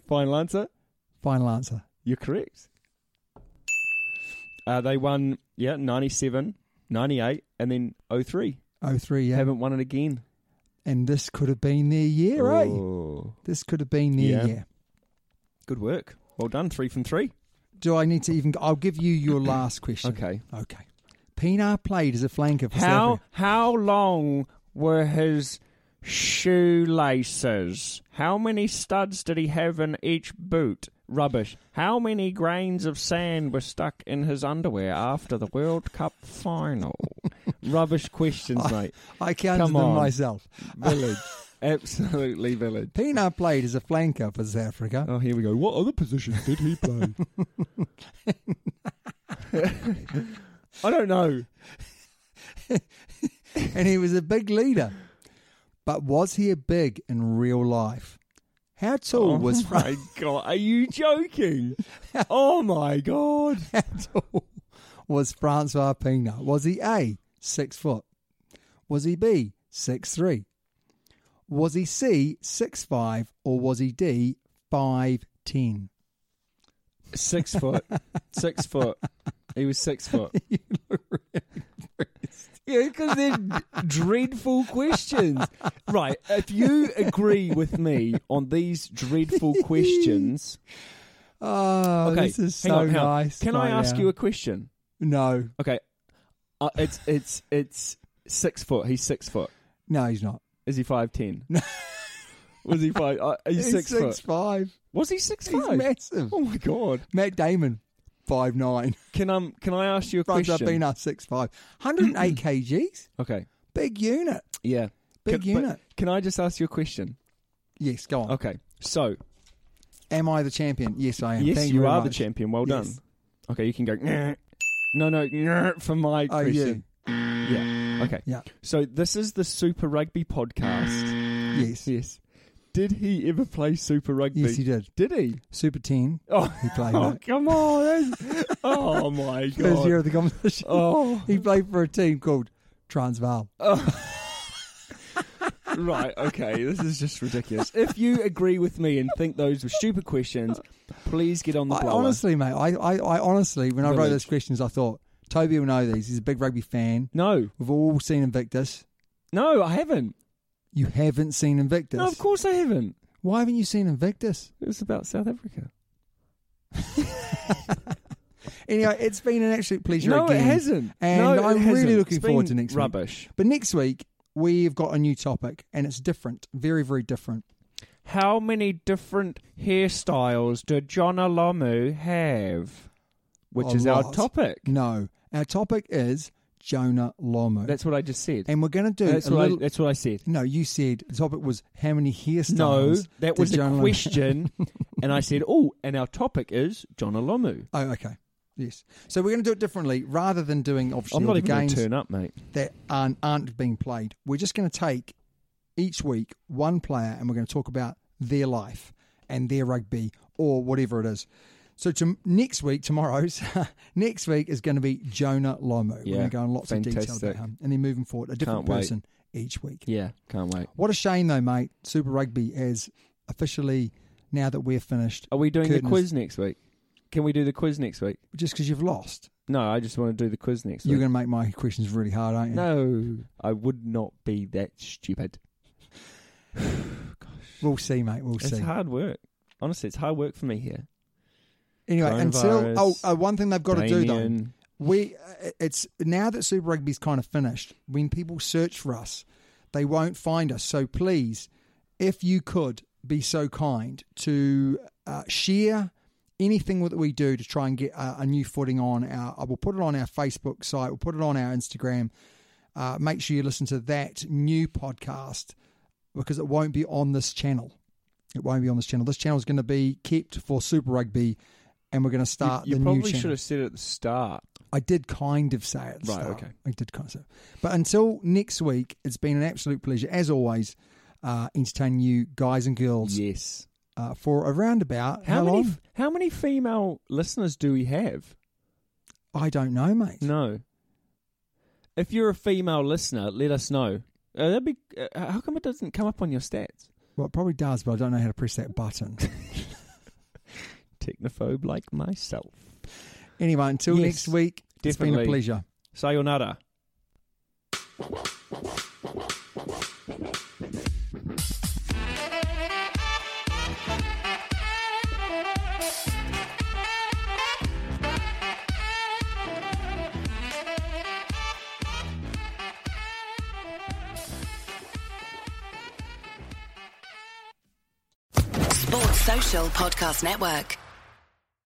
Final answer. Final answer. You're correct. Uh, they won, yeah, 97, 98, and then 03. Oh three, yeah. Haven't won it again. And this could have been their year, eh? Oh. This could have been their Yeah. year. Good work. Well done. Three from three. Do I need to even? I'll give you your last question. Okay. Okay. Pinar played as a flanker for South How Africa. how long were his shoelaces? How many studs did he have in each boot? Rubbish. How many grains of sand were stuck in his underwear after the World Cup final? Rubbish questions, mate. I counted Come them on. myself. Village. Absolutely village. Pinar played as a flanker for South Africa. Oh, here we go. What other positions did he play? I don't know. and he was a big leader. But was he a big in real life? How tall Oh was my god, are you joking? oh my god. How tall was Francois Pienaar? Was he A six foot? Was he B six three? Was he C six five or was he D five ten? Six foot. Six foot. He was six foot. Yeah, because they're d- dreadful questions. Right, if you agree with me on these dreadful questions, Oh, okay, this is hang so on, hang on. nice. Can I right ask now. you a question? No, Okay, uh, it's it's it's six foot. He's six foot. no, he's not. Is he five ten? Was he five? Uh, he's, He's six, foot. six five. Was he six He's five? massive. Oh my god! Matt Damon, five nine. Can um can I ask you a Francois question? Pienaar, six five. Hundred and eight kgs. Okay. Big unit. Yeah. Big can, but unit. Can I just ask you a question? Yes, go on. Okay. So Am I the champion? Yes, I am. yes, Thank you, very are the much. champion. Well Yes. done. Okay, you can go. "Nyeh." No, no, "Nyeh" for my Oh, question. Yeah. Okay. Yeah. So this is the Super Rugby podcast. Yes. Yes. Did he ever play Super Rugby? Yes, he did. Did he? Super 10. Oh, He played oh it. come on. that's- oh, my God. First year of the competition. Oh. He played for a team called Transvaal. right, okay, this is just ridiculous. If you agree with me and think those were stupid questions, please get on the I blower. honestly, mate, I, I, I honestly, when I wrote Village. those questions, I thought, Toby will know these. He's a big rugby fan. No. We've all seen Invictus. No, I haven't. You haven't seen Invictus. No, of course I haven't. Why haven't you seen Invictus? It was about South Africa. Anyway, it's been an absolute pleasure No, it again. hasn't. And No, it I'm really hasn't. looking It's forward been to next rubbish. week. But next week, we've got a new topic, and it's different. Very, very different. How many different hairstyles did John Alamu have? Which A is our lot. topic. No. Our topic is Jonah Lomu. That's what I just said. and we're going to do that's, a what little... I, that's what I said. No, you said the topic was how many hairstyles. No, that did was a Jonah Lomu- question. and I said, oh, and our topic is John Alamu. oh, okay. Yes. So we're going to do it differently. Rather than doing obviously I'm not all the even going games to turn up, mate. that aren't, aren't being played, we're just going to take each week one player and we're going to talk about their life and their rugby or whatever it is. So to, next week, tomorrow's next week is going to be Jonah Lomu. we're Yeah, going to go in lots of detail fantastic. about him, and then moving forward, a different Can't wait. person each week. Yeah, can't wait. What a shame, though, mate. Super Rugby is officially now that we're finished. Are we doing the curtains- quiz next week? Can we do the quiz next week? Just because you've lost, No, I just want to do the quiz next you're week. going to make my questions really hard, aren't you? No, I would not be that stupid. We'll see, mate. We'll It's see. hard work. Honestly, it's hard work for me here. Anyway, until Coronavirus, oh, uh, one thing they've got to do though. Damien. we uh, it's now that Super Rugby's kind of finished. When people search for us, they won't find us. So please, if you could be so kind to uh, share anything that we do to try and get a, a new footing on our, I will put it on our Facebook site. We'll put it on our Instagram. Uh, make sure you listen to that new podcast because it won't be on this channel. It won't be on this channel. This channel is going to be kept for Super Rugby, and we're going to You- start you the new probably channel. should have said it at the start. I did kind of say it. At the Right, start. okay. I did kind of say it. But until next week, it's been an absolute pleasure, as always, uh, entertaining you guys and girls Yes. uh, for around about How, how, many? long? f- How many female listeners do we have? I don't know, mate. No. If you're a female listener, let us know. Uh, that'd be. Uh, how come it doesn't come up on your stats? Well, it probably does, but I don't know how to press that button. Technophobe like myself. anyway, until Yes, next week, it's been a definitely. pleasure. Sayonara. Sports Social Podcast Network.